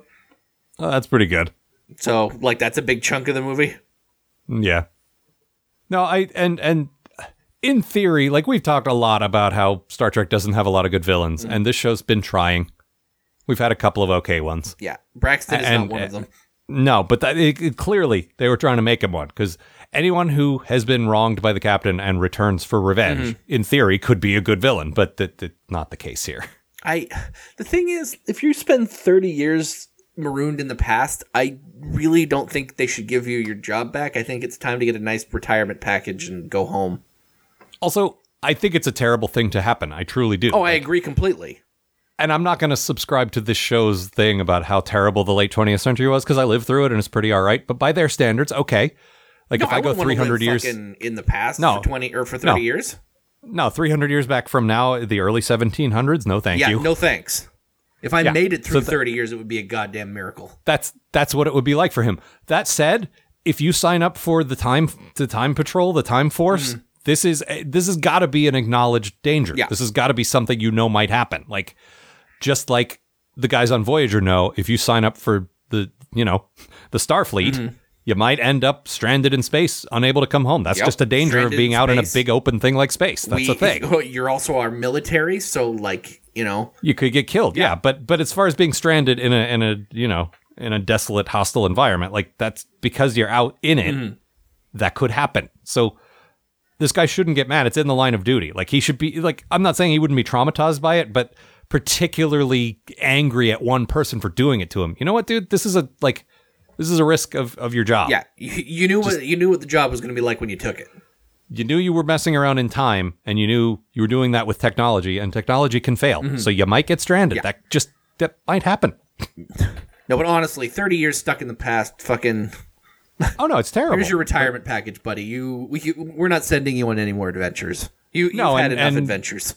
Speaker 3: oh, that's pretty good.
Speaker 5: so like that's a big chunk of the movie
Speaker 3: Mm, Yeah. No, I and and in theory, like we've talked a lot about how Star Trek doesn't have a lot of good villains,
Speaker 5: Mm-hmm.
Speaker 3: and this show's been trying. We've had a couple of okay ones.
Speaker 5: yeah braxton is
Speaker 3: And-
Speaker 5: not one of them
Speaker 3: No, but that, it, it- clearly they were trying to make him one because anyone who has been wronged by the captain and returns for revenge,
Speaker 5: Mm-hmm.
Speaker 3: in theory, could be a good villain, but that that not the case here.
Speaker 5: i the thing is if you spend 30 years marooned in the past i really don't think they should give you your job back i think it's time to get a nice retirement package and go home
Speaker 3: Also, I think it's a terrible thing to happen. I truly do.
Speaker 5: oh i agree completely
Speaker 3: and I'm not going to subscribe to this show's thing about how terrible the late 20th century was because I lived through it and it's pretty all right. But by their standards, okay. Like if I, go
Speaker 5: wouldn't wanna live
Speaker 3: 300 years,
Speaker 5: fucking in the past
Speaker 3: No.
Speaker 5: for 20 or for 30
Speaker 3: No.
Speaker 5: years
Speaker 3: no, 300 years back from now, the early 1700s. No, thank
Speaker 5: yeah,
Speaker 3: you.
Speaker 5: no thanks. If I
Speaker 3: Yeah,
Speaker 5: made it through
Speaker 3: so th-
Speaker 5: 30 years, it would be a goddamn miracle.
Speaker 3: That's that's what it would be like for him. That said, if you sign up for the time the time patrol, the time force, this is this has got to be an acknowledged danger.
Speaker 5: Mm-hmm. Yeah.
Speaker 3: This has got to be something you know might happen. Like just
Speaker 5: Mm-hmm.
Speaker 3: like the guys on Voyager know, if you sign up for the you know the Starfleet, you might end up stranded in space, unable to come home. That's
Speaker 5: Yep.
Speaker 3: just a danger
Speaker 5: Stranded
Speaker 3: of being
Speaker 5: in
Speaker 3: out in a
Speaker 5: space.
Speaker 3: big open thing like space. That's
Speaker 5: we,
Speaker 3: the thing.
Speaker 5: You're also our military, so like you know,
Speaker 3: you could get killed. Yeah. but but as far as being stranded in a in a you know in a desolate hostile environment, like that's because you're out in it, that could happen. So this guy shouldn't get mad. It's in the line of duty. Like he should be like I'm not saying he wouldn't be traumatized by it, but particularly angry at one person for doing it to him. You know what, dude? This is a like this is a risk of of your job.
Speaker 5: yeah, you, you knew what you knew what the job was going to be like when you took it.
Speaker 3: you knew you were messing around in time and you knew you were doing that with technology and technology can fail. So you might get stranded. That just that might happen.
Speaker 5: No, but honestly, 30 years stuck in the past, fucking.
Speaker 3: Oh no, it's terrible.
Speaker 5: Here's your retirement package, buddy. You, we, you we're not sending you on any more adventures. You,
Speaker 3: No,
Speaker 5: you've had
Speaker 3: and-
Speaker 5: enough
Speaker 3: and-
Speaker 5: adventures.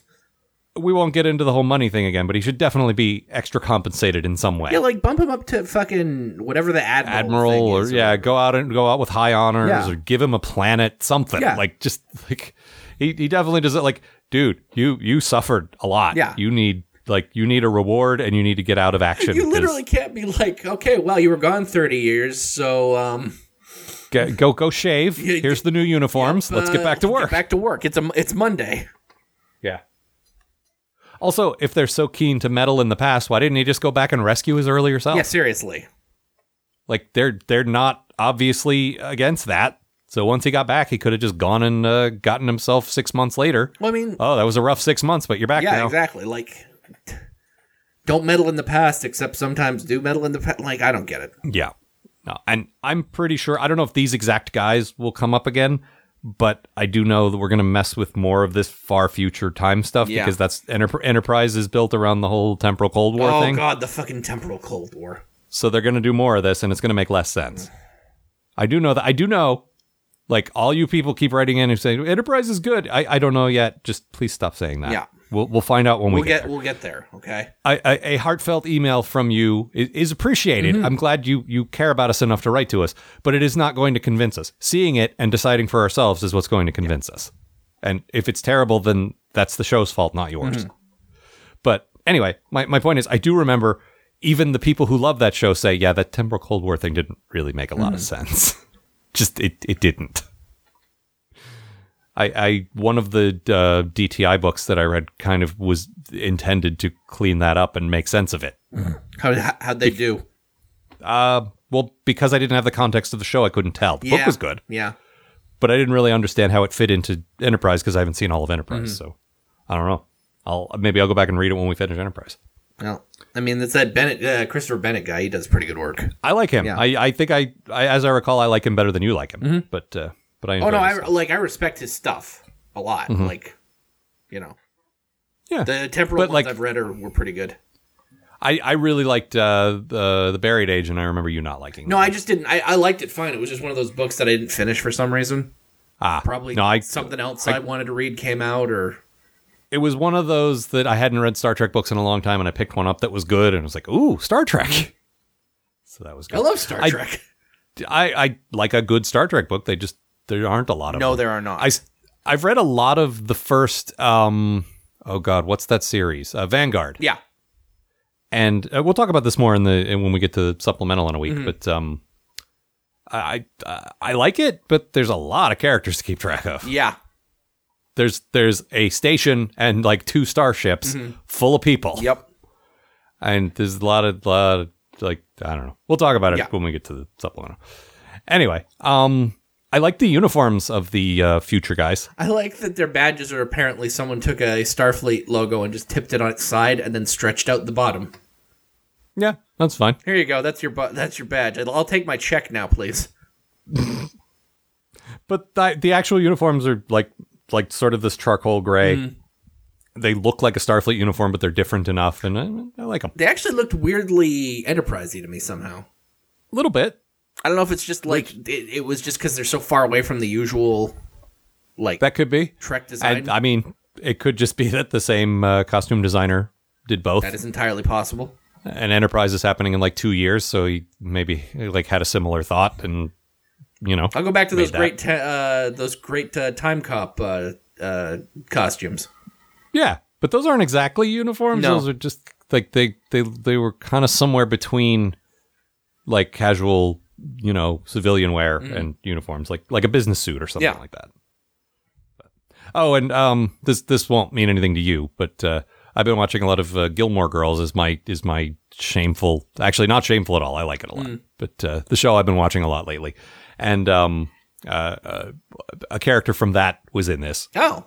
Speaker 3: we won't get into the whole money thing again, but he should definitely be extra compensated in some way.
Speaker 5: Yeah, like bump him up to fucking whatever the admiral,
Speaker 3: Admiral
Speaker 5: thing
Speaker 3: or
Speaker 5: is.
Speaker 3: yeah, go out and go out with high honors
Speaker 5: Yeah.
Speaker 3: or give him a planet, something.
Speaker 5: Yeah.
Speaker 3: Like just like he, he definitely does it like, dude, you you suffered a lot.
Speaker 5: Yeah.
Speaker 3: You need like you need a reward and you need to get out of action.
Speaker 5: You
Speaker 3: 'cause
Speaker 5: literally can't be like, okay, well, you were gone 30 years, so um,
Speaker 3: get- go go shave.
Speaker 5: Yeah,
Speaker 3: Here's the new uniforms. Let's get
Speaker 5: uh,
Speaker 3: back to work.
Speaker 5: back to work. It's a, it's Monday.
Speaker 3: Yeah. Also, if they're so keen to meddle in the past, why didn't he just go back and rescue his earlier self?
Speaker 5: Yeah, seriously.
Speaker 3: Like they're they're not obviously against that. So once he got back, he could have just gone and uh, gotten himself six months later.
Speaker 5: Well, I mean,
Speaker 3: Oh, that was a rough six months, but you're back
Speaker 5: yeah,
Speaker 3: now.
Speaker 5: exactly. Like, don't meddle in the past, except sometimes do meddle in the past. Like, I don't get it.
Speaker 3: Yeah. No, and I'm pretty sure I don't know if these exact guys will come up again, but I do know that we're going to mess with more of this far future time stuff
Speaker 5: Yeah.
Speaker 3: because that's Enter- Enterprise is built around the whole temporal Cold War
Speaker 5: oh
Speaker 3: thing.
Speaker 5: God, the fucking temporal Cold War.
Speaker 3: So they're going to do more of this and it's going to make less sense. I do know that. I do know, like, all you people keep writing in and saying, Enterprise is good. I, I don't know yet. Just please stop saying that.
Speaker 5: Yeah.
Speaker 3: We'll, we'll find out when we
Speaker 5: We'll
Speaker 3: get,
Speaker 5: get
Speaker 3: there.
Speaker 5: we'll get there. Okay.
Speaker 3: I, I, a heartfelt email from you is, is appreciated. I'm glad you, you care about us enough to write to us, but it is not going to convince us. Seeing it and deciding for ourselves is what's going to convince us. And if it's terrible, then that's the show's fault, not yours. But anyway, my, my point is I do remember even the people who love that show say, yeah, that temporal Cold War thing didn't really make a lot of sense. Just it, it didn't. I, I one of the uh, DTI books that I read kind of was intended to clean that up and make sense of it.
Speaker 5: How how'd they do?
Speaker 3: Uh, well, because I didn't have the context of the show, I couldn't tell. The
Speaker 5: Yeah.
Speaker 3: book was good,
Speaker 5: Yeah.
Speaker 3: but I didn't really understand how it fit into Enterprise because I haven't seen all of Enterprise.
Speaker 5: Mm-hmm.
Speaker 3: So I don't know. I'll maybe I'll go back and read it when we finish Enterprise.
Speaker 5: Well, I mean, it's that Bennett, uh, Christopher Bennett guy. He does pretty good work.
Speaker 3: I like him.
Speaker 5: Yeah. Mm-hmm.
Speaker 3: I, I think I, I as I recall, I like him better than you like him. But uh, but I enjoy
Speaker 5: Oh no,
Speaker 3: his
Speaker 5: I
Speaker 3: stuff. Mm-hmm.
Speaker 5: like I respect his stuff a lot. Like, you know,
Speaker 3: yeah.
Speaker 5: the temporal
Speaker 3: But,
Speaker 5: ones
Speaker 3: like-
Speaker 5: I've read are were pretty good.
Speaker 3: I, I really liked uh, the the Buried Age, and I remember you not liking.
Speaker 5: No,
Speaker 3: it.
Speaker 5: I just didn't. I, I liked it fine. It was just one of those books that I didn't finish for some reason.
Speaker 3: ah,
Speaker 5: Probably
Speaker 3: no. I
Speaker 5: something else I, wanted to read came out, or
Speaker 3: it was one of those that I hadn't read Star Trek books in a long time, and I picked one up that was good, and I was like, ooh, Star Trek. So that was good.
Speaker 5: Mm-hmm. I love Star
Speaker 3: I-
Speaker 5: Trek.
Speaker 3: I, I like a good Star Trek book. They just there aren't a lot of.
Speaker 5: no,
Speaker 3: them.
Speaker 5: there are not.
Speaker 3: I s- I've read a lot of the first. Um, oh God, what's that series? Uh, Vanguard.
Speaker 5: yeah,
Speaker 3: and uh, we'll talk about this more in the in when we get to supplemental in a week.
Speaker 5: Mm-hmm.
Speaker 3: But um, I I I like it, but there's a lot of characters to keep track of.
Speaker 5: yeah.
Speaker 3: There's there's a station and like two starships
Speaker 5: Mm-hmm.
Speaker 3: full of people.
Speaker 5: Yep.
Speaker 3: and there's a lot of lot of, like I don't know. We'll talk about it
Speaker 5: Yeah.
Speaker 3: when we get to the supplemental. Anyway, um, I like the uniforms of the uh, future guys.
Speaker 5: I like that their badges are apparently someone took a Starfleet logo and just tipped it on its side and then stretched out the bottom.
Speaker 3: Yeah, that's fine.
Speaker 5: Here you go. That's your bu- that's your badge. I'll, I'll take my check now, please.
Speaker 3: But the, the actual uniforms are like like sort of this charcoal gray. They look like a Starfleet uniform, but they're different enough, and I, I like them
Speaker 5: They actually looked weirdly enterprisey to me somehow.
Speaker 3: a little bit.
Speaker 5: I don't know if it's just like it, it was just because they're so far away from the usual like
Speaker 3: That could be.
Speaker 5: Trek design.
Speaker 3: And I mean, it could just be that the same uh, costume designer did both.
Speaker 5: that is entirely possible.
Speaker 3: and Enterprise is happening in like two years, so he maybe like had a similar thought, and you know,
Speaker 5: I'll go back to
Speaker 3: Made
Speaker 5: those
Speaker 3: that.
Speaker 5: great, ta- uh, those great uh, time cop uh, uh, costumes.
Speaker 3: Yeah, but those aren't exactly uniforms.
Speaker 5: No.
Speaker 3: Those are just like they they they were kind of somewhere between like casual you know, civilian wear and uniforms, like like a business suit or something
Speaker 5: Mm-hmm. Yeah.
Speaker 3: like that. Oh, and um, this this won't mean anything to you, but uh, I've been watching a lot of uh, Gilmore Girls. Is my is my shameful? Actually, not shameful at all. I like it a lot,
Speaker 5: Mm.
Speaker 3: but uh, the show I've been watching a lot lately, and um, uh, uh, a character from that was in this.
Speaker 5: Oh,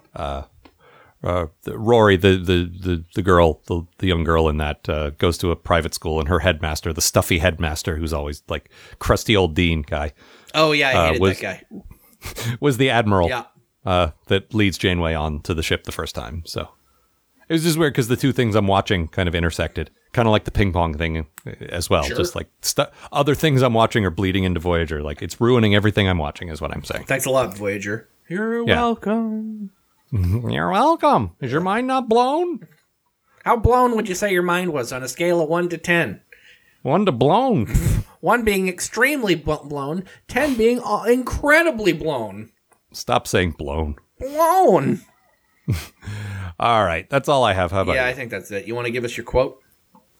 Speaker 3: Uh, the, Rory, the, the the the girl, the the young girl in that uh, goes to a private school, and her headmaster, the stuffy headmaster, who's always like crusty old dean guy,
Speaker 5: oh yeah, I hated
Speaker 3: Uh, was-
Speaker 5: that guy.
Speaker 3: was the admiral
Speaker 5: Yeah.
Speaker 3: uh, that leads Janeway on to the ship the first time. So it was just weird because the two things I'm watching kind of intersected, kind of like the ping pong thing uh, as well. Just like stu other things I'm watching are bleeding into Voyager. Like it's ruining everything I'm watching, is what I'm saying.
Speaker 5: Thanks a lot, Voyager. You're
Speaker 3: Yeah.
Speaker 5: welcome.
Speaker 3: You're welcome. Is your mind not blown?
Speaker 5: How blown would you say your mind was on a scale of one to ten?
Speaker 3: One to blown.
Speaker 5: One being extremely bl- blown, ten being all- incredibly blown.
Speaker 3: Stop saying blown.
Speaker 5: Blown.
Speaker 3: All right, that's all I have. How about
Speaker 5: Yeah,
Speaker 3: you?
Speaker 5: I think that's it. You want to give us your quote?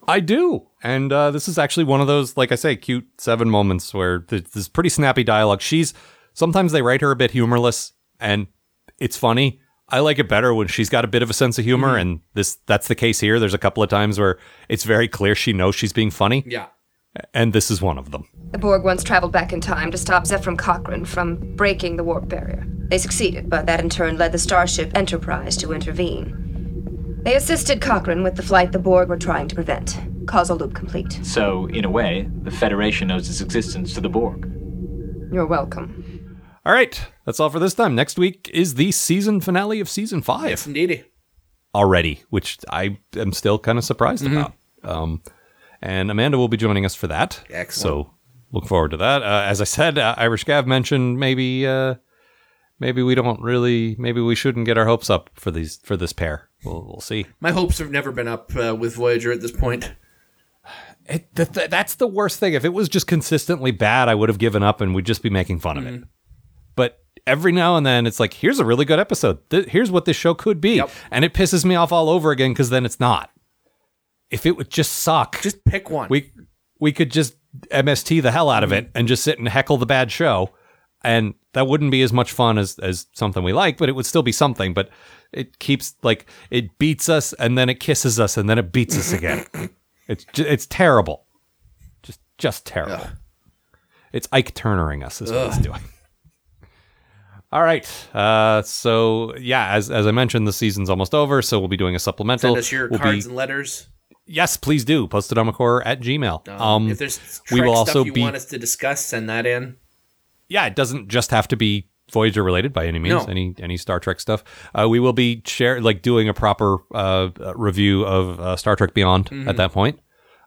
Speaker 3: I do. And uh, this is actually one of those, like I say, cute seven moments where th- this pretty snappy dialogue. She's sometimes they write her a bit humorless, and it's funny. I like it better when she's got a bit of a sense of
Speaker 5: Mm-hmm.
Speaker 3: humor, and this that's the case here. There's a couple of times where it's very clear she knows she's being funny,
Speaker 5: Yeah.
Speaker 3: and this is one of them.
Speaker 8: The Borg once traveled back in time to stop Zephram Cochrane from breaking the warp barrier. They succeeded, but that in turn led the starship Enterprise to intervene. They assisted Cochrane with the flight the Borg were trying to prevent. Causal loop complete.
Speaker 9: So, in a way, the Federation owes its existence to the Borg.
Speaker 8: You're welcome.
Speaker 3: All right, that's all for this time. Next week is the season finale of season five.
Speaker 5: Indeedy.
Speaker 3: already, which I am still kind of surprised about. Um, and Amanda will be joining us for that.
Speaker 5: Excellent.
Speaker 3: So look forward to that. Uh, as I said, uh, Irish Gav mentioned maybe uh, maybe we don't really maybe we shouldn't get our hopes up for these for this pair. We'll, we'll see.
Speaker 5: My hopes have never been up uh, with Voyager at this point.
Speaker 3: It, th- th- that's the worst thing. If it was just consistently bad, I would have given up and we'd just be making fun of it. But every now and then, it's like, here's a really good episode. Th- here's what this show could be.
Speaker 5: Yep.
Speaker 3: And it pisses me off all over again because then it's not. If it would just suck,
Speaker 5: Just pick one.
Speaker 3: we we could just MST the hell out of it and just sit and heckle the bad show, and that wouldn't be as much fun as as something we like, but it would still be something. But it keeps like it beats us and then it kisses us and then it beats us again. it's ju- it's terrible, just just terrible. It's Ike Turnering us is what it's doing. All right. Uh, so yeah, as as I mentioned, the season's almost over, so we'll be doing a supplemental.
Speaker 5: Send us your
Speaker 3: We'll be-
Speaker 5: cards and letters.
Speaker 3: Yes, please do. Post it on McCore at Gmail. Um,
Speaker 5: Oh, if there's
Speaker 3: we
Speaker 5: Trek
Speaker 3: will also
Speaker 5: stuff you
Speaker 3: be-
Speaker 5: want us to discuss, send that in.
Speaker 3: yeah, it doesn't just have to be Voyager related by any means.
Speaker 5: No.
Speaker 3: Any any Star Trek stuff. Uh, we will be share like doing a proper uh, uh, review of uh, Star Trek Beyond
Speaker 5: Mm-hmm.
Speaker 3: at that point.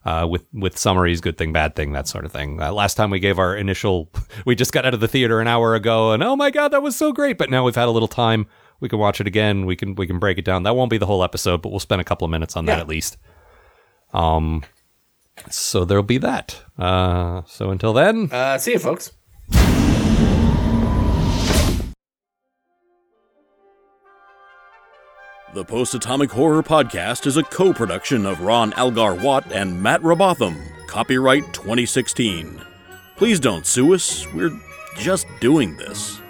Speaker 3: Uh, with with summaries, good thing, bad thing, that sort of thing. Uh, last time we gave our initial, we just got out of the theater an hour ago, and oh my god, that was so great! But now we've had a little time. We can watch it again. We can we can break it down. That won't be the whole episode, but we'll spend a couple of minutes on that
Speaker 5: Yeah.
Speaker 3: at least. Um, so there'll be that. Uh, so until then,
Speaker 5: Uh, see you, folks.
Speaker 4: The Post Atomic Horror Podcast is a co production of Ron Algar Watt and Matt Robotham. Copyright 2016. Please don't sue us, we're just doing this.